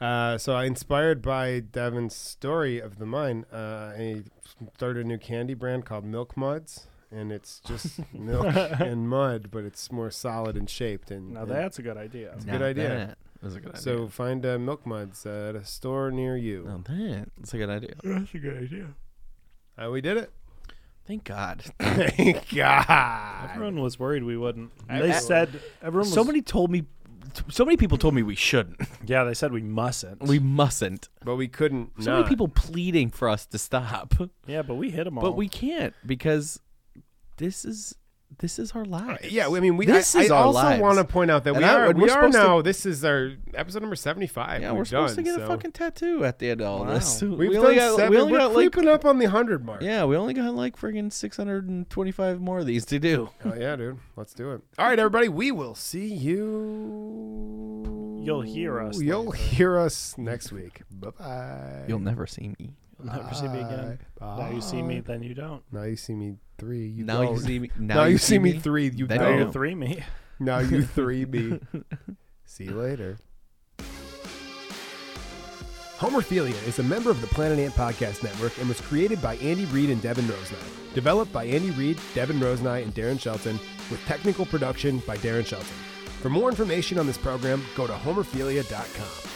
[SPEAKER 3] Uh, so, I inspired by Devin's story of the mine, uh, I started a new candy brand called Milk Muds. And it's just milk and mud, but it's more solid and shaped. And
[SPEAKER 1] Now
[SPEAKER 3] and-
[SPEAKER 1] that's a good idea.
[SPEAKER 3] Good idea.
[SPEAKER 2] That was a good idea.
[SPEAKER 3] so find uh, Milk Muds uh, at a store near you.
[SPEAKER 2] Now that- that's a good idea.
[SPEAKER 1] That's a good idea.
[SPEAKER 3] Uh, we did it.
[SPEAKER 2] Thank God.
[SPEAKER 3] Thank God.
[SPEAKER 1] Everyone was worried we wouldn't.
[SPEAKER 2] I-
[SPEAKER 1] they
[SPEAKER 2] I-
[SPEAKER 1] said everyone. Was,
[SPEAKER 2] Somebody told me. So many people told me we shouldn't.
[SPEAKER 1] yeah, they said we mustn't.
[SPEAKER 2] We mustn't.
[SPEAKER 3] But we couldn't.
[SPEAKER 2] So
[SPEAKER 3] not.
[SPEAKER 2] many people pleading for us to stop,
[SPEAKER 1] yeah, but we hit them all.
[SPEAKER 2] but we can't because this is this is our lives.
[SPEAKER 3] Uh, Yeah, I mean, we.
[SPEAKER 2] This
[SPEAKER 3] I,
[SPEAKER 2] is
[SPEAKER 3] I
[SPEAKER 2] our
[SPEAKER 3] also
[SPEAKER 2] lives.
[SPEAKER 3] want to point out that
[SPEAKER 2] And
[SPEAKER 3] we
[SPEAKER 2] I-
[SPEAKER 3] are.
[SPEAKER 2] and
[SPEAKER 3] We
[SPEAKER 2] we're
[SPEAKER 3] are
[SPEAKER 2] supposed to-
[SPEAKER 3] now. This is our episode number seventy-five.
[SPEAKER 2] yeah,
[SPEAKER 3] We've
[SPEAKER 2] we're supposed
[SPEAKER 3] done,
[SPEAKER 2] to get
[SPEAKER 3] so.
[SPEAKER 2] a fucking tattoo at the end of all
[SPEAKER 1] Wow.
[SPEAKER 2] this.
[SPEAKER 3] We've
[SPEAKER 2] we
[SPEAKER 3] done
[SPEAKER 2] only got,
[SPEAKER 3] seven.
[SPEAKER 2] we only
[SPEAKER 3] are
[SPEAKER 2] got like
[SPEAKER 3] creeping up on the hundred mark.
[SPEAKER 2] yeah, we only got like friggin' six hundred and twenty-five more of these to do.
[SPEAKER 3] Hell yeah, dude. Let's do it. All right, everybody. We will see you.
[SPEAKER 1] You'll hear us
[SPEAKER 3] You'll
[SPEAKER 1] later.
[SPEAKER 3] hear us next week. Bye bye.
[SPEAKER 2] You'll never see me.
[SPEAKER 1] You'll never see me again.
[SPEAKER 3] Bye.
[SPEAKER 1] Now you see me, then you don't.
[SPEAKER 3] Now you see me three. You
[SPEAKER 2] now you
[SPEAKER 3] don't.
[SPEAKER 2] see me. Now,
[SPEAKER 3] Now, you see me three. You
[SPEAKER 2] Then
[SPEAKER 1] Now
[SPEAKER 2] you
[SPEAKER 3] don't.
[SPEAKER 1] you three me.
[SPEAKER 3] Now you three B. See you later. Homerphilia is a member of the Planet Ant Podcast Network and was created by Andy Reid and Devin Rosenai. Developed by Andy Reid, Devin Rosenai, and Darren Shelton, with technical production by Darren Shelton. For more information on this program, go to homerphilia.com.